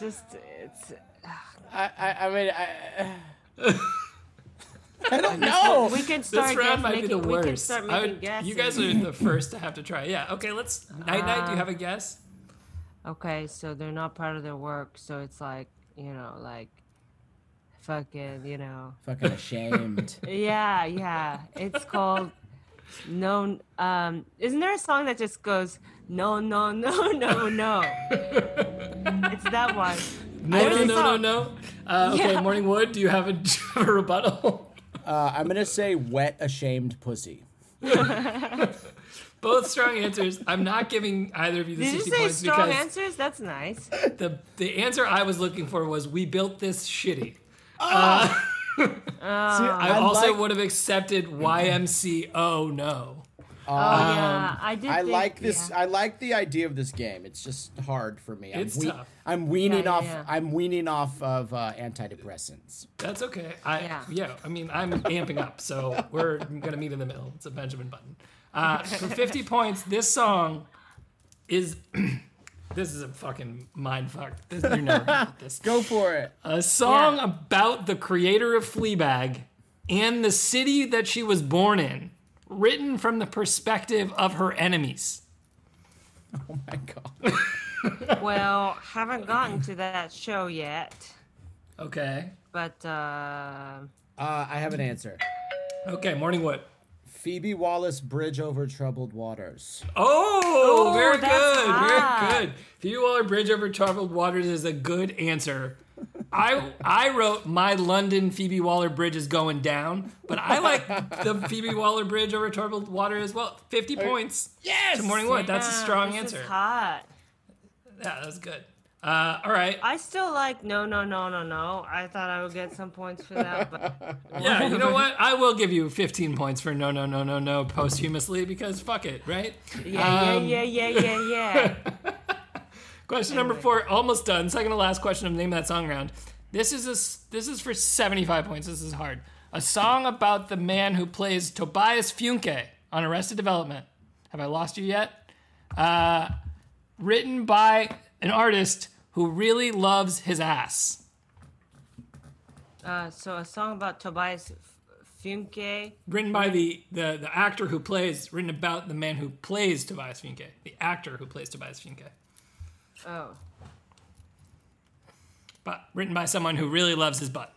[SPEAKER 3] just it's.
[SPEAKER 4] I, I, I mean, I, [LAUGHS] I don't know.
[SPEAKER 3] We can start.
[SPEAKER 2] This round
[SPEAKER 3] guess-
[SPEAKER 2] might be
[SPEAKER 3] making,
[SPEAKER 2] the
[SPEAKER 3] We can
[SPEAKER 2] worst.
[SPEAKER 3] start
[SPEAKER 2] I
[SPEAKER 3] making
[SPEAKER 2] would-
[SPEAKER 3] guesses.
[SPEAKER 2] you guys are the first to have to try. Yeah. Okay. Let's night night. Do you have a guess?
[SPEAKER 3] Okay, so they're not part of their work, so it's like, you know, like fucking, you know.
[SPEAKER 4] Fucking ashamed.
[SPEAKER 3] Yeah, yeah.
[SPEAKER 2] [LAUGHS]
[SPEAKER 3] It's called No um isn't there a song that just goes no no no no no. it's that one.
[SPEAKER 2] No, no,
[SPEAKER 3] think
[SPEAKER 2] no, no,
[SPEAKER 3] so.
[SPEAKER 2] no. Uh, okay,
[SPEAKER 3] Yeah.
[SPEAKER 2] Morning Wood. Do you have a, [LAUGHS] do you have a rebuttal?
[SPEAKER 4] [LAUGHS] Uh, I'm gonna say wet ashamed pussy.
[SPEAKER 2] Both strong answers. I'm not giving either of you the
[SPEAKER 3] Did you
[SPEAKER 2] 60
[SPEAKER 3] say
[SPEAKER 2] points
[SPEAKER 3] strong
[SPEAKER 2] because
[SPEAKER 3] answers? That's nice.
[SPEAKER 2] the the answer I was looking for was we built this shitty. I,
[SPEAKER 3] Um,
[SPEAKER 4] I
[SPEAKER 2] also
[SPEAKER 4] like-
[SPEAKER 2] would have accepted YMCO no. Um,
[SPEAKER 3] Oh yeah. I did
[SPEAKER 4] I
[SPEAKER 3] think-
[SPEAKER 4] like this. [LAUGHS]
[SPEAKER 3] yeah.
[SPEAKER 4] I like the idea of this game. It's just hard for me.
[SPEAKER 2] It's
[SPEAKER 4] I'm,
[SPEAKER 2] tough.
[SPEAKER 4] I'm
[SPEAKER 3] Yeah,
[SPEAKER 4] weaning
[SPEAKER 3] yeah,
[SPEAKER 4] off.
[SPEAKER 3] yeah.
[SPEAKER 4] I'm weaning off of uh, antidepressants.
[SPEAKER 2] That's okay. I yeah.
[SPEAKER 3] Yeah.
[SPEAKER 2] I mean, I'm amping up, so we're gonna meet in the middle. It's a Benjamin Button. Uh, for 50 points, this song is. [CLEARS THROAT] this is a fucking mind fuck. This, you're never gonna get this.
[SPEAKER 4] Go for [LAUGHS] it.
[SPEAKER 2] A song
[SPEAKER 3] Yeah.
[SPEAKER 2] about the creator of Fleabag and the city that she was born in, written from the perspective of her enemies.
[SPEAKER 4] Oh my god.
[SPEAKER 3] Well, haven't gotten to that show yet,
[SPEAKER 2] Okay.
[SPEAKER 3] but uh,
[SPEAKER 4] Uh, I have an answer.
[SPEAKER 2] Okay, Morningwood.
[SPEAKER 4] Phoebe Wallace Bridge over troubled waters.
[SPEAKER 2] Oh,
[SPEAKER 3] Oh,
[SPEAKER 2] very
[SPEAKER 3] that's
[SPEAKER 2] good.
[SPEAKER 3] hot.
[SPEAKER 2] Very good. Phoebe Waller Bridge over troubled waters is a good answer. I I wrote my London Phoebe Waller Bridge is going down, but I like
[SPEAKER 3] [LAUGHS]
[SPEAKER 2] the Phoebe Waller Bridge over troubled water as well. Fifty points.
[SPEAKER 4] Yes.
[SPEAKER 2] to Morningwood. That's a
[SPEAKER 3] yeah,
[SPEAKER 2] strong
[SPEAKER 3] this
[SPEAKER 2] answer.
[SPEAKER 3] Is hot.
[SPEAKER 2] Yeah, that was good. Uh, all right.
[SPEAKER 3] I still like no, no, no, no, no. I thought I would get some points for
[SPEAKER 2] [LAUGHS]
[SPEAKER 3] that, but
[SPEAKER 2] Yeah, you know what? I will give you 15 points for no, no, no, no, no posthumously because fuck it, right?
[SPEAKER 3] yeah,
[SPEAKER 2] Um,
[SPEAKER 3] yeah, yeah, yeah, yeah, yeah. [LAUGHS]
[SPEAKER 2] Question number four, almost done. Second to last question of name that song round. This is a, s- this is for 75 points. This is hard. A song about the man who plays Tobias Funke on Arrested Development. Have I lost you yet? Uh, written by an artist who really loves his ass.
[SPEAKER 3] Uh, so a song about Tobias F- Funke.
[SPEAKER 2] Written by the, the, the actor who plays, written about the man who plays Tobias Funke. The actor who plays Tobias Funke.
[SPEAKER 3] Oh,
[SPEAKER 2] but written by someone who really loves his butt,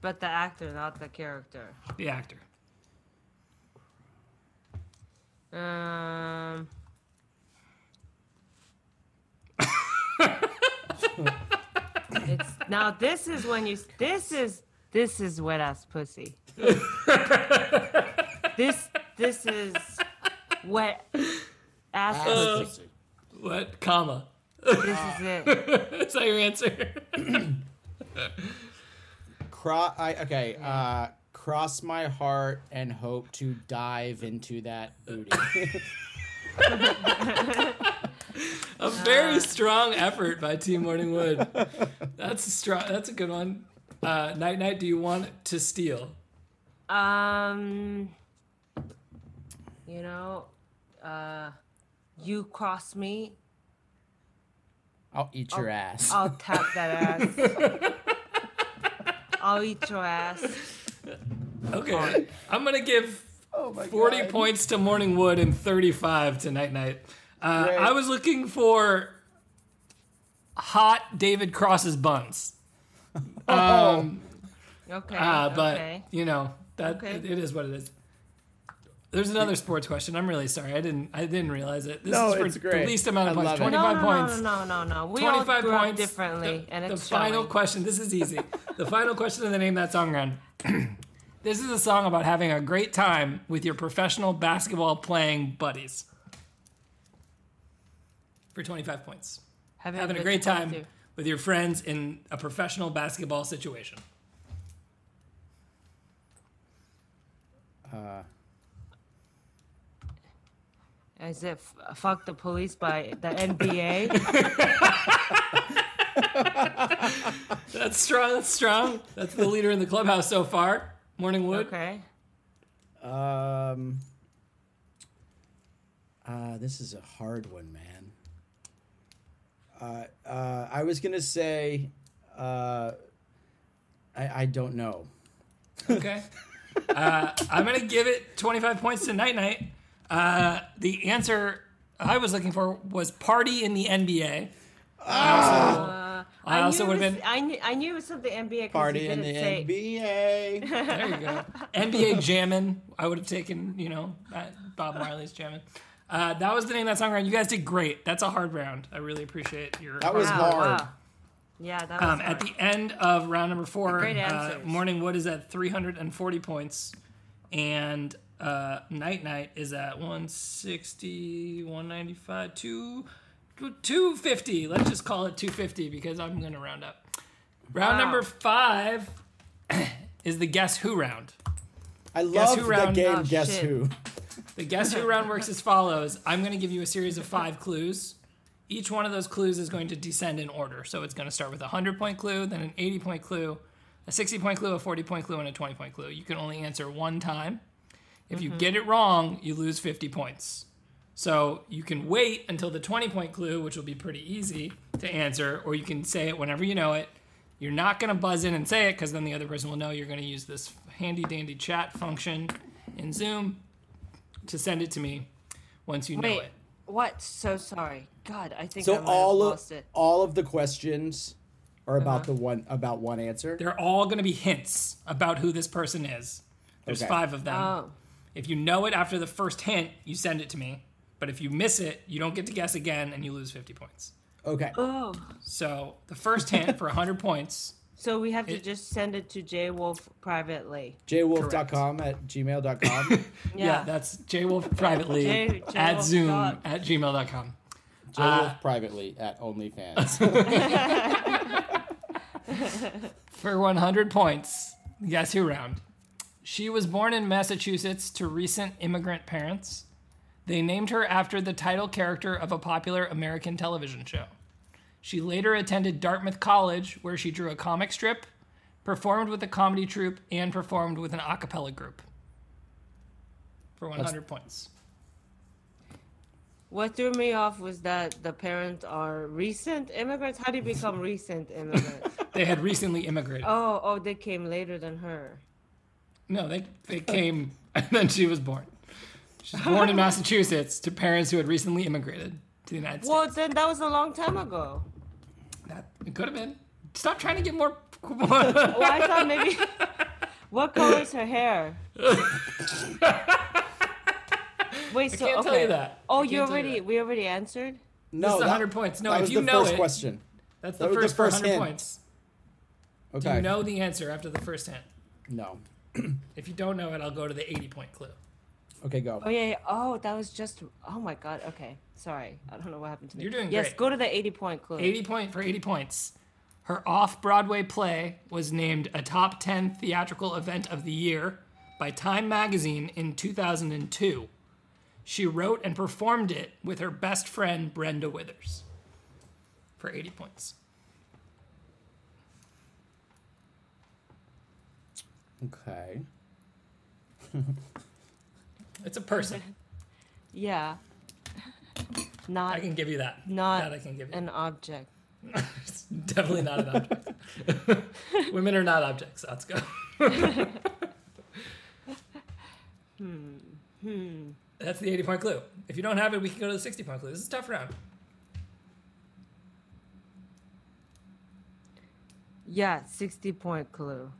[SPEAKER 3] but the actor, not the character.
[SPEAKER 2] the actor.
[SPEAKER 3] Um. it's now. This is when you. This is this is wet ass pussy. this this is wet
[SPEAKER 2] Uh,
[SPEAKER 3] ass pussy.
[SPEAKER 4] Pussy.
[SPEAKER 2] What comma? [LAUGHS]
[SPEAKER 3] This is it.
[SPEAKER 2] Is that your answer?
[SPEAKER 4] Cro- I, okay. Uh, cross my heart and hope to dive into that booty. [LAUGHS]
[SPEAKER 2] A very strong effort by Team Morning Wood. That's a strong. That's a good one. Uh, Night Night, do you want to steal?
[SPEAKER 3] Um. You know, uh, you cross me,
[SPEAKER 4] I'll eat your ass.
[SPEAKER 3] I'll tap that ass. [LAUGHS] I'll eat your ass.
[SPEAKER 2] Okay, I'm gonna give
[SPEAKER 4] Oh my
[SPEAKER 2] 40
[SPEAKER 4] God.
[SPEAKER 2] points to Morning Wood and 35 to Night Night. Uh,
[SPEAKER 4] Great.
[SPEAKER 2] I was looking for hot David Cross's buns.
[SPEAKER 3] Okay.
[SPEAKER 2] Uh, but
[SPEAKER 3] Oh, okay.
[SPEAKER 2] you know that
[SPEAKER 3] Okay.
[SPEAKER 2] it- it is what it is. There's another sports question. I'm really sorry. I didn't. I didn't realize it. This
[SPEAKER 4] No,
[SPEAKER 2] is for
[SPEAKER 4] it's great.
[SPEAKER 2] the least amount of
[SPEAKER 4] I
[SPEAKER 2] points.
[SPEAKER 4] love it.
[SPEAKER 3] no,
[SPEAKER 2] 25
[SPEAKER 3] no,
[SPEAKER 2] points.
[SPEAKER 3] No, no, no, no. We all
[SPEAKER 2] 25
[SPEAKER 3] grew
[SPEAKER 2] points.
[SPEAKER 3] up differently,
[SPEAKER 2] The,
[SPEAKER 3] and
[SPEAKER 2] the
[SPEAKER 3] it's
[SPEAKER 2] final
[SPEAKER 3] showing.
[SPEAKER 2] question. This is easy. the final question of the name that song round. [CLEARS THROAT] this is a song about having a great time with your professional basketball playing buddies. For 25 points, having a
[SPEAKER 3] good
[SPEAKER 2] great time
[SPEAKER 3] too.
[SPEAKER 2] with your friends in a professional basketball situation.
[SPEAKER 3] Is it f- "Fuck the Police" by
[SPEAKER 2] [LAUGHS]
[SPEAKER 3] the NBA?
[SPEAKER 2] That's strong. That's strong. [LAUGHS] That's the leader in the clubhouse so far. Morning Wood.
[SPEAKER 3] okay.
[SPEAKER 4] Um. Uh, this is a hard one, man. Uh, uh, I was gonna say, uh, I, I don't know.
[SPEAKER 2] [LAUGHS] Okay. Uh, I'm gonna give it 25 points to Night Night. Uh, the answer I was looking for was party in the NBA. Ah. Uh, I also,
[SPEAKER 3] knew
[SPEAKER 2] would have
[SPEAKER 3] this-
[SPEAKER 2] been
[SPEAKER 3] I knew, I knew it was something NBA. 'cause
[SPEAKER 4] Party
[SPEAKER 3] you
[SPEAKER 4] in the
[SPEAKER 3] didn't say,
[SPEAKER 2] [LAUGHS]
[SPEAKER 4] NBA.
[SPEAKER 2] there. You go. NBA jamming. I would have taken you know that Bob Marley's jamming. Uh, that was the name of that song round. You guys did great. That's a hard round. I really appreciate your.
[SPEAKER 4] That was
[SPEAKER 3] Wow,
[SPEAKER 4] hard.
[SPEAKER 3] wow. Yeah, that was
[SPEAKER 2] Um, at
[SPEAKER 3] hard.
[SPEAKER 2] the end of round number four,
[SPEAKER 3] Great
[SPEAKER 2] uh,
[SPEAKER 3] answers.
[SPEAKER 2] Morning Wood is at 340 points, and uh, Night Night is at 160, 195, two, 250. Let's just call it 250 because I'm going to round up. Round
[SPEAKER 3] Wow.
[SPEAKER 2] number five [CLEARS THROAT] is the Guess Who round.
[SPEAKER 4] I love
[SPEAKER 2] who
[SPEAKER 4] the
[SPEAKER 2] round-
[SPEAKER 4] game.
[SPEAKER 3] oh,
[SPEAKER 4] guess
[SPEAKER 3] shit.
[SPEAKER 4] who?
[SPEAKER 2] The guess who round works as follows. I'm going to give you a series of five clues. Each one of those clues is going to descend in order. So it's going to start with a 100 point clue, then an 80 point clue, a 60 point clue, a 40 point clue, and a 20 point clue. You can only answer one time. If you get it wrong, you lose 50 points. So you can wait until the 20 point clue, which will be pretty easy to answer, or you can say it whenever you know it. You're not going to buzz in and say it because then the other person will know you're going to use this handy dandy chat function. in Zoom to send it to me once you know
[SPEAKER 3] Wait,
[SPEAKER 2] it.
[SPEAKER 3] what? So sorry. God, I think I
[SPEAKER 4] So
[SPEAKER 3] might
[SPEAKER 4] all
[SPEAKER 3] have
[SPEAKER 4] of
[SPEAKER 3] lost it.
[SPEAKER 4] all of the questions are about the one about one answer.
[SPEAKER 2] Uh-huh. They're all going to be hints about who this person is. There's
[SPEAKER 4] Okay.
[SPEAKER 2] five of them.
[SPEAKER 3] Oh,
[SPEAKER 2] If you know it after the first hint, you send it to me. But if you miss it, you don't get to guess again and you lose 50 points.
[SPEAKER 4] Okay.
[SPEAKER 3] oh.
[SPEAKER 2] So the first hint for 100 [LAUGHS] points.
[SPEAKER 3] So we have to just send it to Jay Wolf privately.
[SPEAKER 4] jwolf.com
[SPEAKER 2] [LAUGHS]
[SPEAKER 4] at gmail.com.
[SPEAKER 2] Yeah,
[SPEAKER 3] Yeah.
[SPEAKER 2] that's jwolf privately
[SPEAKER 3] [LAUGHS] J-
[SPEAKER 2] at
[SPEAKER 3] Jwolf
[SPEAKER 2] zoom
[SPEAKER 3] dot-
[SPEAKER 2] at gmail.com.
[SPEAKER 4] jwolf
[SPEAKER 2] Uh,
[SPEAKER 4] privately
[SPEAKER 2] [LAUGHS]
[SPEAKER 4] at OnlyFans.
[SPEAKER 2] For 100 points, guess who round? She was born in Massachusetts to recent immigrant parents. They named her after the title character of a popular American television show. She later attended Dartmouth College, where she drew a comic strip, performed with a comedy troupe, and performed with an a cappella group. For 100 points.
[SPEAKER 3] What threw me off was that the parents are recent immigrants. How do you
[SPEAKER 2] [LAUGHS]
[SPEAKER 3] become recent immigrants?
[SPEAKER 2] They had recently immigrated.
[SPEAKER 3] oh, oh, they came later than her.
[SPEAKER 2] No, they, they came [LAUGHS] and then she was born. She's born in Massachusetts to parents who had recently immigrated to the United States.
[SPEAKER 3] Well, then that was a long time ago.
[SPEAKER 2] That it could have been. Stop trying to get more. [LAUGHS] I
[SPEAKER 3] Well, Oh, I
[SPEAKER 2] [LAUGHS]
[SPEAKER 3] thought maybe. What color is her hair? Wait, so
[SPEAKER 2] can't
[SPEAKER 3] okay.
[SPEAKER 2] tell you that.
[SPEAKER 3] Oh,
[SPEAKER 2] I can't tell
[SPEAKER 3] you
[SPEAKER 2] you
[SPEAKER 3] already
[SPEAKER 2] that.
[SPEAKER 3] we already answered.
[SPEAKER 4] No,
[SPEAKER 2] This is
[SPEAKER 4] that-
[SPEAKER 2] 100 points. No,
[SPEAKER 4] that
[SPEAKER 2] if
[SPEAKER 4] was
[SPEAKER 2] you
[SPEAKER 4] the
[SPEAKER 2] know
[SPEAKER 4] first
[SPEAKER 2] it-
[SPEAKER 4] question.
[SPEAKER 2] That's
[SPEAKER 4] That
[SPEAKER 2] the
[SPEAKER 4] was
[SPEAKER 2] first,
[SPEAKER 4] the first
[SPEAKER 2] 100
[SPEAKER 4] hint.
[SPEAKER 2] points.
[SPEAKER 4] Okay.
[SPEAKER 2] You know the answer after the first hint.
[SPEAKER 4] No.
[SPEAKER 2] If you don't know it, I'll go to the 80 point clue.
[SPEAKER 4] Okay, go.
[SPEAKER 3] Oh yeah, yeah. Oh, that was just. Oh my God. Okay. Sorry. I don't know what happened to me.
[SPEAKER 2] You're doing
[SPEAKER 3] Yes.
[SPEAKER 2] great.
[SPEAKER 3] Go to the eighty-point clue.
[SPEAKER 2] 80 point for 80 points. Her off Broadway play was named a top 10 theatrical event of the year by Time magazine in 2002. She wrote and performed it with her best friend Brenda Withers for 80 points.
[SPEAKER 4] Okay.
[SPEAKER 2] It's a person.
[SPEAKER 3] Yeah. Not
[SPEAKER 2] I can give you that.
[SPEAKER 3] Not
[SPEAKER 2] that I can give you.
[SPEAKER 3] an object.
[SPEAKER 2] It's definitely not an object. Women are not objects. Let's go. That's the 80 point clue. If you don't have it, we can go to the 60 point clue. This is a tough round.
[SPEAKER 3] Yeah, sixty-point clue.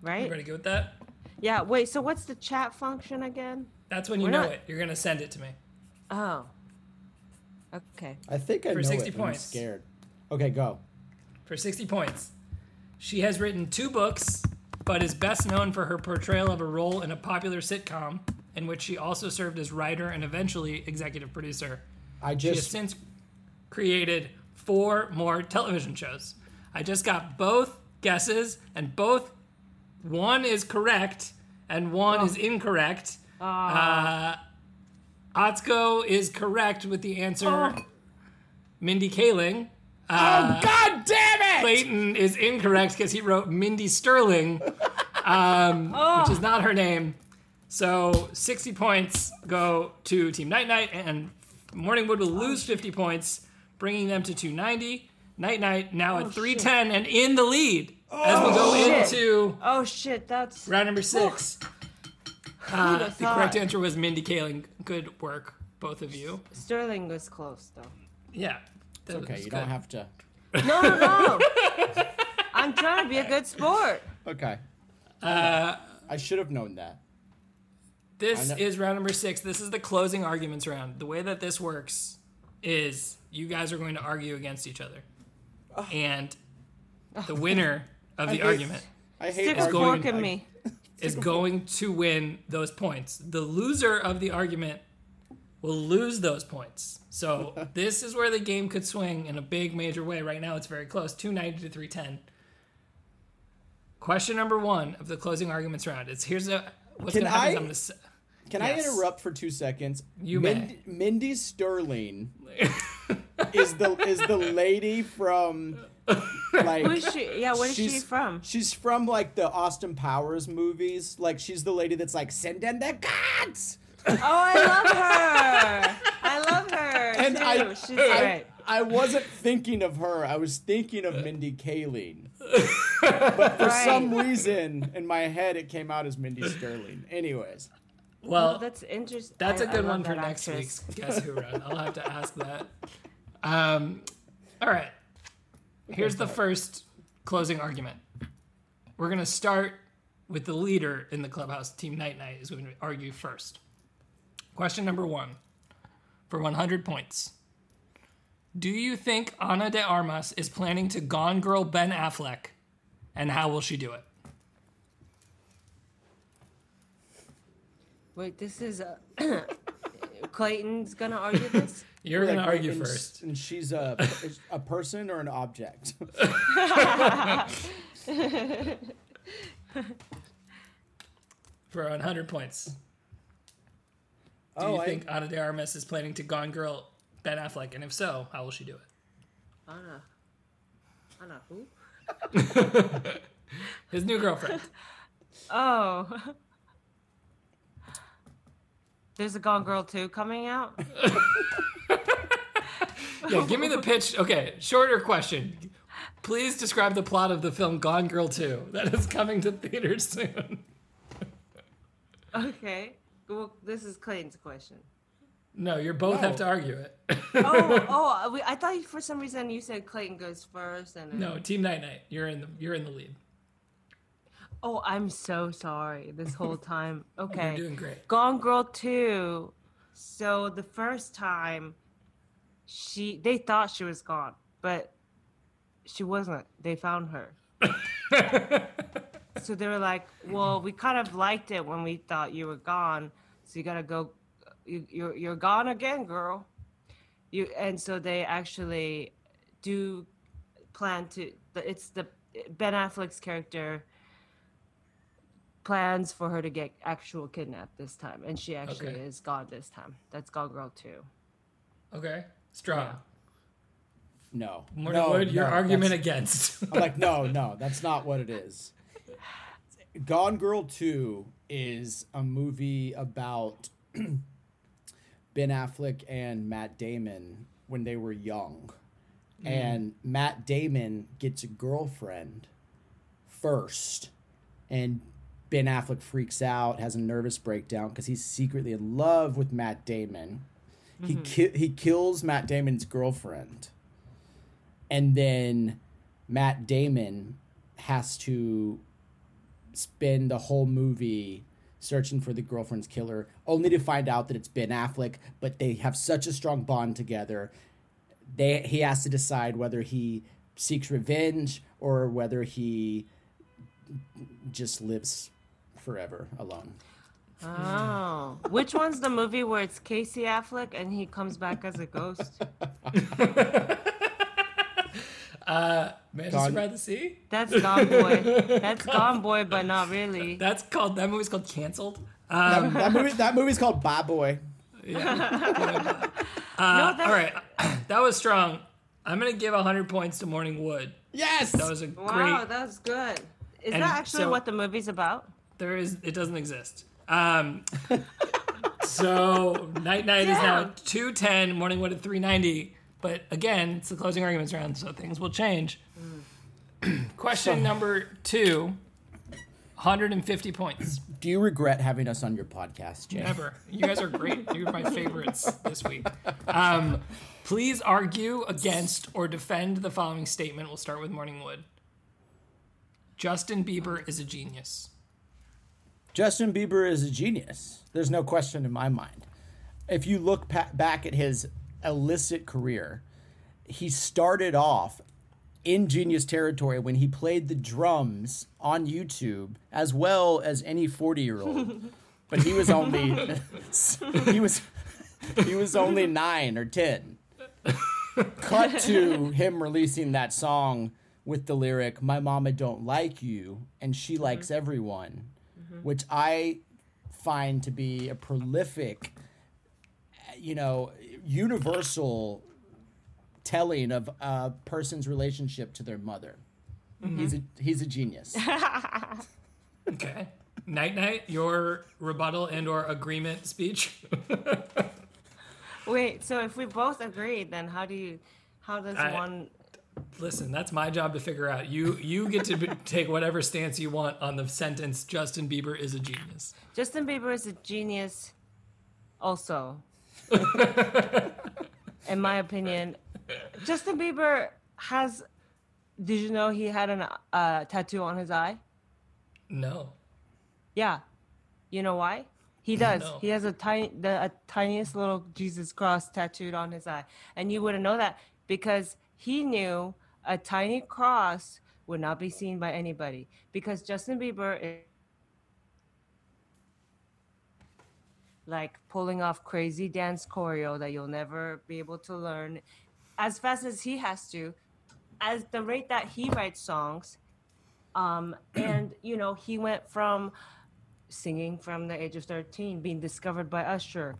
[SPEAKER 3] Right?
[SPEAKER 2] Everybody good with that?
[SPEAKER 3] Yeah. Wait. So what's the chat function again?
[SPEAKER 2] That's when you
[SPEAKER 3] We're
[SPEAKER 2] know
[SPEAKER 3] not-
[SPEAKER 2] it. You're going to send it to me.
[SPEAKER 3] Oh. Okay.
[SPEAKER 4] I think I
[SPEAKER 2] For
[SPEAKER 4] know
[SPEAKER 2] 60
[SPEAKER 4] it, but
[SPEAKER 2] points.
[SPEAKER 4] I'm scared. Okay, go.
[SPEAKER 2] For 60 points. She has written two books, but is best known for her portrayal of a role in a popular sitcom in which she also served as writer and eventually executive producer.
[SPEAKER 4] I
[SPEAKER 2] She has
[SPEAKER 4] just
[SPEAKER 2] since created four more television shows. I just got both guesses, and both one is correct and one is incorrect. Uh, Atsuko is correct with the answer. Mindy Kaling.
[SPEAKER 4] Oh god damn it!
[SPEAKER 2] Clayton is incorrect because he wrote Mindy Sterling, um,
[SPEAKER 3] Oh.
[SPEAKER 2] which is not her name. So 60 points go to Team Night Night, and Morningwood will lose
[SPEAKER 3] Oh,
[SPEAKER 2] 50 points, bringing them to 290. Night Night now at 310 and in the lead as we go
[SPEAKER 3] Oh, shit.
[SPEAKER 2] into
[SPEAKER 3] Oh shit. That's.
[SPEAKER 2] round number six.
[SPEAKER 3] who'd
[SPEAKER 2] Uh,
[SPEAKER 3] have
[SPEAKER 2] the correct
[SPEAKER 3] thought?
[SPEAKER 2] answer was Mindy Kaling. Good work, both of you.
[SPEAKER 3] Sterling was close though.
[SPEAKER 2] Yeah. That
[SPEAKER 4] Okay,
[SPEAKER 2] was
[SPEAKER 4] you don't
[SPEAKER 2] good.
[SPEAKER 4] have to.
[SPEAKER 3] No, no, no. [LAUGHS] I'm trying to be a good sport.
[SPEAKER 4] Okay.
[SPEAKER 2] Uh,
[SPEAKER 4] I should have known that.
[SPEAKER 2] This
[SPEAKER 4] I know-
[SPEAKER 2] is round number six. This is the closing arguments round. The way that this works is you guys are going to argue against each other. And the winner of the
[SPEAKER 4] hate-
[SPEAKER 2] argument
[SPEAKER 4] I hate
[SPEAKER 3] Stick a
[SPEAKER 4] arguing.
[SPEAKER 3] fork in me.
[SPEAKER 2] is going to win those points. The loser of the argument will lose those points.
[SPEAKER 4] [LAUGHS]
[SPEAKER 2] So this is where the game could swing in a big major way. Right now it's very close, 290 to 310. Question number one of the closing arguments round. It's here's a what's
[SPEAKER 4] Can
[SPEAKER 2] gonna happen is
[SPEAKER 4] I-
[SPEAKER 2] I'm gonna s-
[SPEAKER 4] Can
[SPEAKER 2] Yes.
[SPEAKER 4] I interrupt for two seconds?
[SPEAKER 2] You
[SPEAKER 4] Mind-
[SPEAKER 2] [LAUGHS]
[SPEAKER 4] Mindy Sterling is the is the lady from like
[SPEAKER 3] Who is she? Yeah, where is she
[SPEAKER 4] she's-
[SPEAKER 3] from?
[SPEAKER 4] She's from like the Austin Powers movies. Like she's the lady that's like send in the gods.
[SPEAKER 3] Oh, I love her. I love her.
[SPEAKER 4] And
[SPEAKER 3] too.
[SPEAKER 4] I,
[SPEAKER 3] She's
[SPEAKER 4] I,
[SPEAKER 3] great.
[SPEAKER 4] I wasn't thinking of her. I was thinking of Mindy Kaling. But for
[SPEAKER 3] Right.
[SPEAKER 4] some reason in my head, it came out as Mindy Sterling. Anyways,
[SPEAKER 3] Well,
[SPEAKER 2] Well,
[SPEAKER 3] Oh, that's interesting.
[SPEAKER 2] that's a good one for next week's [LAUGHS] Guess Who Run. I'll have to ask
[SPEAKER 4] [LAUGHS]
[SPEAKER 2] that. Um, all right. Here's the first closing argument. We're going to start with the leader in the clubhouse, Team Night Night, is going to argue first. Question number one for 100 points. Do you think Ana de Armas is planning to gone girl Ben Affleck? And how will she do it?
[SPEAKER 3] Wait, this is uh [COUGHS] Clayton's gonna argue this.
[SPEAKER 2] You're going to
[SPEAKER 4] Like,
[SPEAKER 2] argue
[SPEAKER 4] and s-
[SPEAKER 2] first.
[SPEAKER 4] And she's a is a person or an object.
[SPEAKER 2] for 100 points. Do
[SPEAKER 4] Oh,
[SPEAKER 2] you
[SPEAKER 4] I-
[SPEAKER 2] think Ana de Armas is planning to Gone Girl Ben Affleck? And if so, how will she do it?
[SPEAKER 3] Anna, Anna, who?
[SPEAKER 2] His new
[SPEAKER 4] [LAUGHS]
[SPEAKER 2] girlfriend.
[SPEAKER 3] Oh, there's a Gone Girl two coming [LAUGHS] out.
[SPEAKER 2] yeah, give me the pitch. Okay, shorter question. Please describe the plot of the film Gone Girl 2 [LAUGHS] that is coming to theaters soon.
[SPEAKER 3] Okay, well, this is Clayton's question.
[SPEAKER 2] No, you both have to argue it.
[SPEAKER 3] [LAUGHS] Oh, oh, we, I thought you- for some reason you said Clayton goes first, and
[SPEAKER 2] No, Team Night Night, you're in the you're in the lead.
[SPEAKER 3] oh, I'm so sorry. This whole time, okay.
[SPEAKER 2] You're doing great.
[SPEAKER 3] Gone Girl 2. So the first time she they thought she was gone, but she wasn't. They found her. so they were like, "Well, we kind of liked it when we thought you were gone. So you got to go you, you're you're gone again, girl." You and so they actually do plan to it's the Ben Affleck's character plans for her to get actual kidnapped this time, and she actually
[SPEAKER 2] Okay.
[SPEAKER 3] is God this time. That's God Girl too.
[SPEAKER 2] Okay. Strong.
[SPEAKER 4] No.
[SPEAKER 2] Morning
[SPEAKER 4] no,
[SPEAKER 2] Wood, your
[SPEAKER 4] no,
[SPEAKER 2] argument
[SPEAKER 4] that's-
[SPEAKER 2] against. [LAUGHS]
[SPEAKER 4] I'm like, no, no, that's not what it is. Gone Girl 2 is a movie about [CLEARS THROAT] Ben Affleck and Matt Damon when they were young.
[SPEAKER 2] Mm.
[SPEAKER 4] And Matt Damon gets a girlfriend first. And Ben Affleck freaks out, has a nervous breakdown because he's secretly in love with Matt Damon. He
[SPEAKER 2] Mm-hmm.
[SPEAKER 4] ki- he kills Matt Damon's girlfriend. And then Matt Damon has to spend the whole movie searching for the girlfriend's killer, only to find out that it's Ben Affleck. But they have such a strong bond together. They he has to decide whether he seeks revenge or whether he just lives forever
[SPEAKER 2] [LAUGHS]
[SPEAKER 4] alone.
[SPEAKER 3] Oh,
[SPEAKER 2] Hmm.
[SPEAKER 3] which one's the movie where it's Casey Affleck and he comes back as
[SPEAKER 2] [LAUGHS]
[SPEAKER 3] a ghost?
[SPEAKER 2] uh Manchester
[SPEAKER 4] Gone-
[SPEAKER 2] by the Sea?
[SPEAKER 3] That's Gone Boy. That's Gone Boy, but not really.
[SPEAKER 2] That's called that movie's called Cancelled. Um
[SPEAKER 4] That movie that movie's called Bye Boy.
[SPEAKER 3] no, that's
[SPEAKER 2] All right, [CLEARS THROAT] that was strong. I'm gonna give 100 points to Morning Wood.
[SPEAKER 4] Yes.
[SPEAKER 2] That was a
[SPEAKER 3] wow.
[SPEAKER 2] great.
[SPEAKER 3] That was good. Is
[SPEAKER 2] And
[SPEAKER 3] that actually
[SPEAKER 2] so-
[SPEAKER 3] what the movie's about?
[SPEAKER 2] There is. It doesn't exist. Um, so night night is now
[SPEAKER 3] Damn.
[SPEAKER 2] at 210. Morning Wood at 390. But again, it's the closing arguments round, so things will change. [CLEARS THROAT] Question number two. 150 points.
[SPEAKER 4] Do you regret having us on your podcast, Jay?
[SPEAKER 2] Ever. You guys are great. You're my favorites this week. Um, please argue against or defend the following statement. We'll start with Morning Wood. Justin Bieber is a genius.
[SPEAKER 4] Justin Bieber is a genius. There's no question in my mind. If you look pa- back at his illicit career, he started off in genius territory when he played the drums on YouTube as well as any 40 year old. but he was only [LAUGHS] he was he was only 9 or 10. Cut to him releasing that song with the lyric my mama don't like you and she likes everyone which I find to be a prolific, you know, universal telling of a person's relationship to their mother. He's a he's a genius.
[SPEAKER 2] Okay. Night night, your rebuttal and or agreement speech. [LAUGHS]
[SPEAKER 3] Wait. So if we both agree, then how do you? How does
[SPEAKER 2] I-
[SPEAKER 3] one?
[SPEAKER 2] Listen, that's my job to figure out. You you get to b- take whatever stance you want on the sentence. Justin Bieber is a genius.
[SPEAKER 3] Justin Bieber is a genius, also, in my opinion. Justin Bieber has. Did you know he had an uh, tattoo on his eye?
[SPEAKER 2] No,
[SPEAKER 3] Yeah. You know why? He does.
[SPEAKER 2] No.
[SPEAKER 3] He has a tiny, the a tiniest little Jesus cross tattooed on his eye, and you wouldn't know that because he knew a tiny cross would not be seen by anybody because Justin Bieber is like pulling off crazy dance choreo that you'll never be able to learn as fast as he has to, as the rate that he writes songs. Um, and you know, he went from singing from the age of 13 being discovered by usher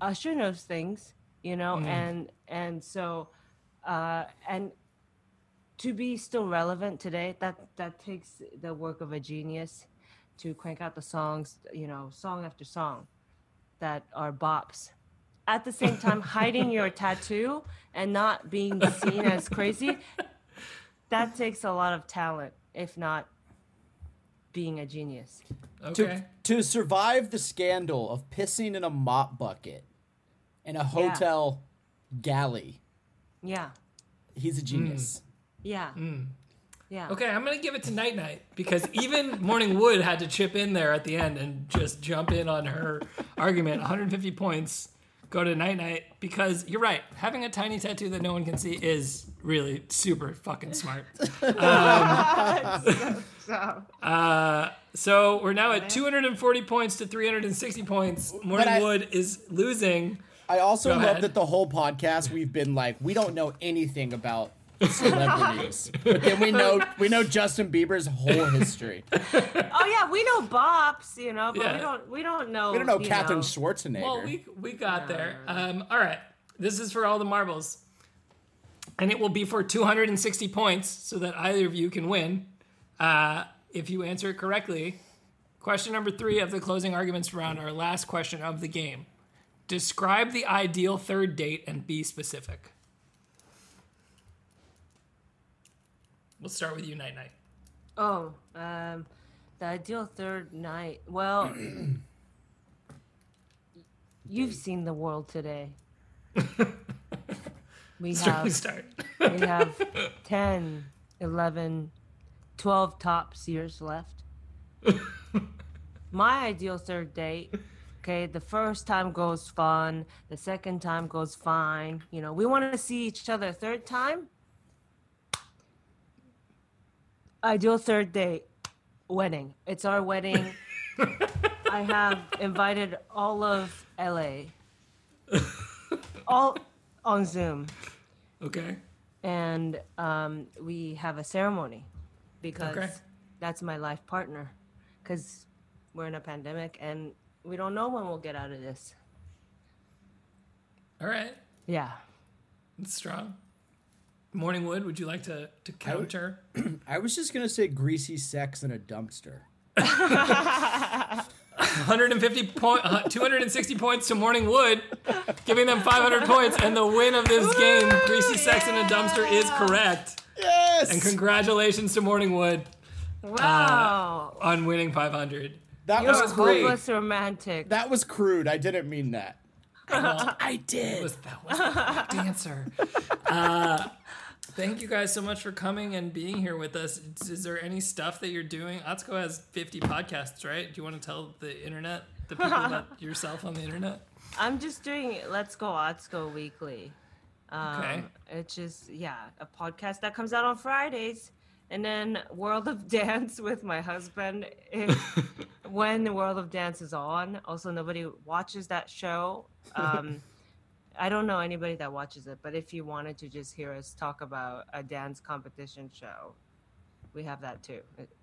[SPEAKER 3] usher knows things you know and and so uh and to be still relevant today that that takes the work of a genius to crank out the songs you know song after song that are bops at the same time hiding your tattoo and not being seen as crazy that takes a lot of talent if not being a genius
[SPEAKER 2] okay.
[SPEAKER 4] To, to survive the scandal of pissing in a mop bucket in a hotel galley,
[SPEAKER 3] yeah
[SPEAKER 4] he's a genius.
[SPEAKER 3] Yeah.
[SPEAKER 4] Mm.
[SPEAKER 3] Yeah.
[SPEAKER 2] Okay, I'm gonna give it to Night Night because even Morning Wood had to chip in there at the end and just jump in on her argument. 150 points go to Night Night because you're right. Having a tiny tattoo that no one can see is really super fucking smart. Um,
[SPEAKER 3] So
[SPEAKER 2] Uh, So we're now at 240 points to 360 points. Morning
[SPEAKER 4] I-
[SPEAKER 2] Wood is losing.
[SPEAKER 4] I also
[SPEAKER 2] Go
[SPEAKER 4] love
[SPEAKER 2] ahead.
[SPEAKER 4] that the whole podcast we've been like, we don't know anything about [LAUGHS] celebrities, but then we know we know Justin Bieber's whole history.
[SPEAKER 3] Oh yeah, we know bops, you know, but
[SPEAKER 2] Yeah.
[SPEAKER 3] we don't we don't know
[SPEAKER 4] We don't know
[SPEAKER 3] you
[SPEAKER 4] Katherine
[SPEAKER 3] know.
[SPEAKER 4] Schwarzenegger.
[SPEAKER 2] Well, we we got there. Um, all right, this is for all the marbles, and it will be for 260 points, so that either of you can win uh, if you answer it correctly. Question number three of the closing arguments round, our last question of the game. Describe the ideal third date and be specific. We'll start with you, Night Night.
[SPEAKER 3] Oh, um the ideal third night.
[SPEAKER 4] [CLEARS THROAT]
[SPEAKER 3] Well you've seen the world today.
[SPEAKER 4] [LAUGHS]
[SPEAKER 3] we
[SPEAKER 2] Start.
[SPEAKER 3] have
[SPEAKER 2] start.
[SPEAKER 3] we have 10, 11, 12 tops years left. My ideal third date, okay, the first time goes fun, the second time goes fine. You know, we want to see each other a third time. Ideal third date, wedding. It's our wedding. I have invited all of LA, all on Zoom
[SPEAKER 2] Okay.
[SPEAKER 3] and um, we have a ceremony because
[SPEAKER 2] Okay.
[SPEAKER 3] that's my life partner because we're in a pandemic and we don't know when we'll get out of this
[SPEAKER 2] All right.
[SPEAKER 3] yeah
[SPEAKER 2] It's strong. Morning Wood, would you like to, to counter?
[SPEAKER 4] I was just gonna say greasy sex in a dumpster.
[SPEAKER 2] 150 point, uh, 260 points to Morning Wood, giving them 500 points, and the win of this game, Greasy Sex in a Dumpster, is correct.
[SPEAKER 4] Yes.
[SPEAKER 2] And congratulations to Morning Wood
[SPEAKER 3] wow
[SPEAKER 2] on winning 500.
[SPEAKER 4] that
[SPEAKER 3] you're a
[SPEAKER 4] was crude.
[SPEAKER 3] hopeless romantic
[SPEAKER 4] That was crude. I didn't mean that. I
[SPEAKER 2] That
[SPEAKER 4] did.
[SPEAKER 2] was, that was the correct answer. Uh, thank you guys so much for coming and being here with us. Is, is there any stuff that you're doing? Atsuko has 50 podcasts, right? Do you want to tell the internet, the people about yourself on the internet?
[SPEAKER 3] i'm just doing let's go otsko weekly
[SPEAKER 2] Okay.
[SPEAKER 3] it's just yeah a podcast that comes out on fridays and then world of [LAUGHS] dance with my husband
[SPEAKER 2] [LAUGHS]
[SPEAKER 3] is when the world of dance is on also nobody watches that show
[SPEAKER 2] [LAUGHS]
[SPEAKER 3] um, i don't know anybody that watches it but if you wanted to just hear us talk about a dance competition show we have that too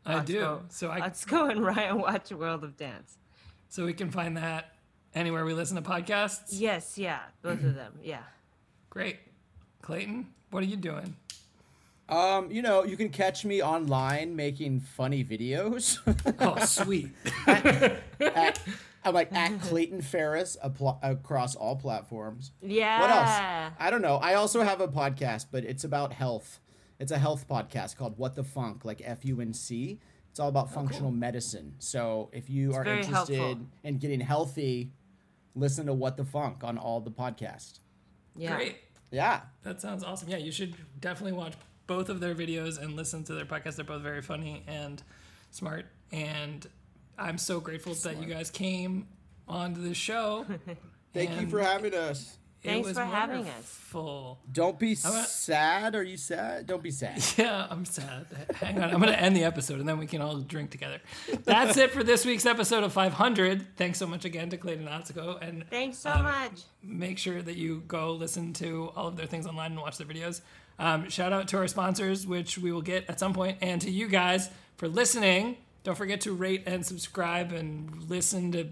[SPEAKER 2] I
[SPEAKER 3] Let's
[SPEAKER 2] do.
[SPEAKER 3] go-
[SPEAKER 2] So I-
[SPEAKER 3] let's go and [LAUGHS] ryan watch world of dance
[SPEAKER 2] So we can find that anywhere we listen to podcasts.
[SPEAKER 3] yes yeah
[SPEAKER 2] [CLEARS THROAT]
[SPEAKER 3] both of them yeah
[SPEAKER 2] Great. Clayton, what are you
[SPEAKER 3] [LAUGHS]
[SPEAKER 2] doing?
[SPEAKER 4] Um, you know, you can catch me online making funny videos [LAUGHS]
[SPEAKER 2] Oh, sweet.
[SPEAKER 4] at I'm
[SPEAKER 3] [LAUGHS]
[SPEAKER 4] like at Clayton Ferris apl- across all platforms.
[SPEAKER 3] Yeah.
[SPEAKER 4] What
[SPEAKER 3] Ah.
[SPEAKER 4] else? I don't know. I also have a podcast, but it's about health. It's a health podcast called What the Funk, like F U N C. It's all about functional medicine. So if you are
[SPEAKER 3] very
[SPEAKER 4] interested
[SPEAKER 3] helpful.
[SPEAKER 4] in getting healthy, listen to What the Funk on all the podcasts.
[SPEAKER 3] Yeah.
[SPEAKER 2] Great.
[SPEAKER 4] Yeah.
[SPEAKER 2] That sounds awesome. Yeah, you should definitely watch both of their videos and listen to their podcast. They're both very funny and smart. And I'm so grateful that you guys came onto the show.
[SPEAKER 1] Thank you
[SPEAKER 2] And
[SPEAKER 1] for having us.
[SPEAKER 3] [LAUGHS] Thanks
[SPEAKER 2] it was
[SPEAKER 3] for having us.
[SPEAKER 2] wonderful.
[SPEAKER 4] Don't be
[SPEAKER 2] a-
[SPEAKER 4] sad. Are you sad? Don't be sad.
[SPEAKER 2] Yeah, I'm sad. Hang on, I'm going to end the episode and then we can all drink
[SPEAKER 3] [LAUGHS]
[SPEAKER 2] together. That's it for this week's episode of 500. Thanks so much again to Clayton Atsuko and
[SPEAKER 3] Thanks so
[SPEAKER 2] Um,
[SPEAKER 3] much.
[SPEAKER 2] make sure that you go listen to all of their things online and watch their videos. Um, shout out to our sponsors, which we will get at some point, and to you guys for listening. Don't forget to rate and subscribe and listen to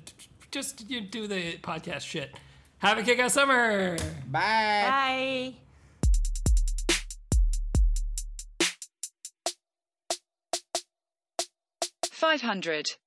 [SPEAKER 2] just you do the podcast shit. Have a kick ass summer.
[SPEAKER 4] Bye.
[SPEAKER 3] Bye.
[SPEAKER 5] Five hundred.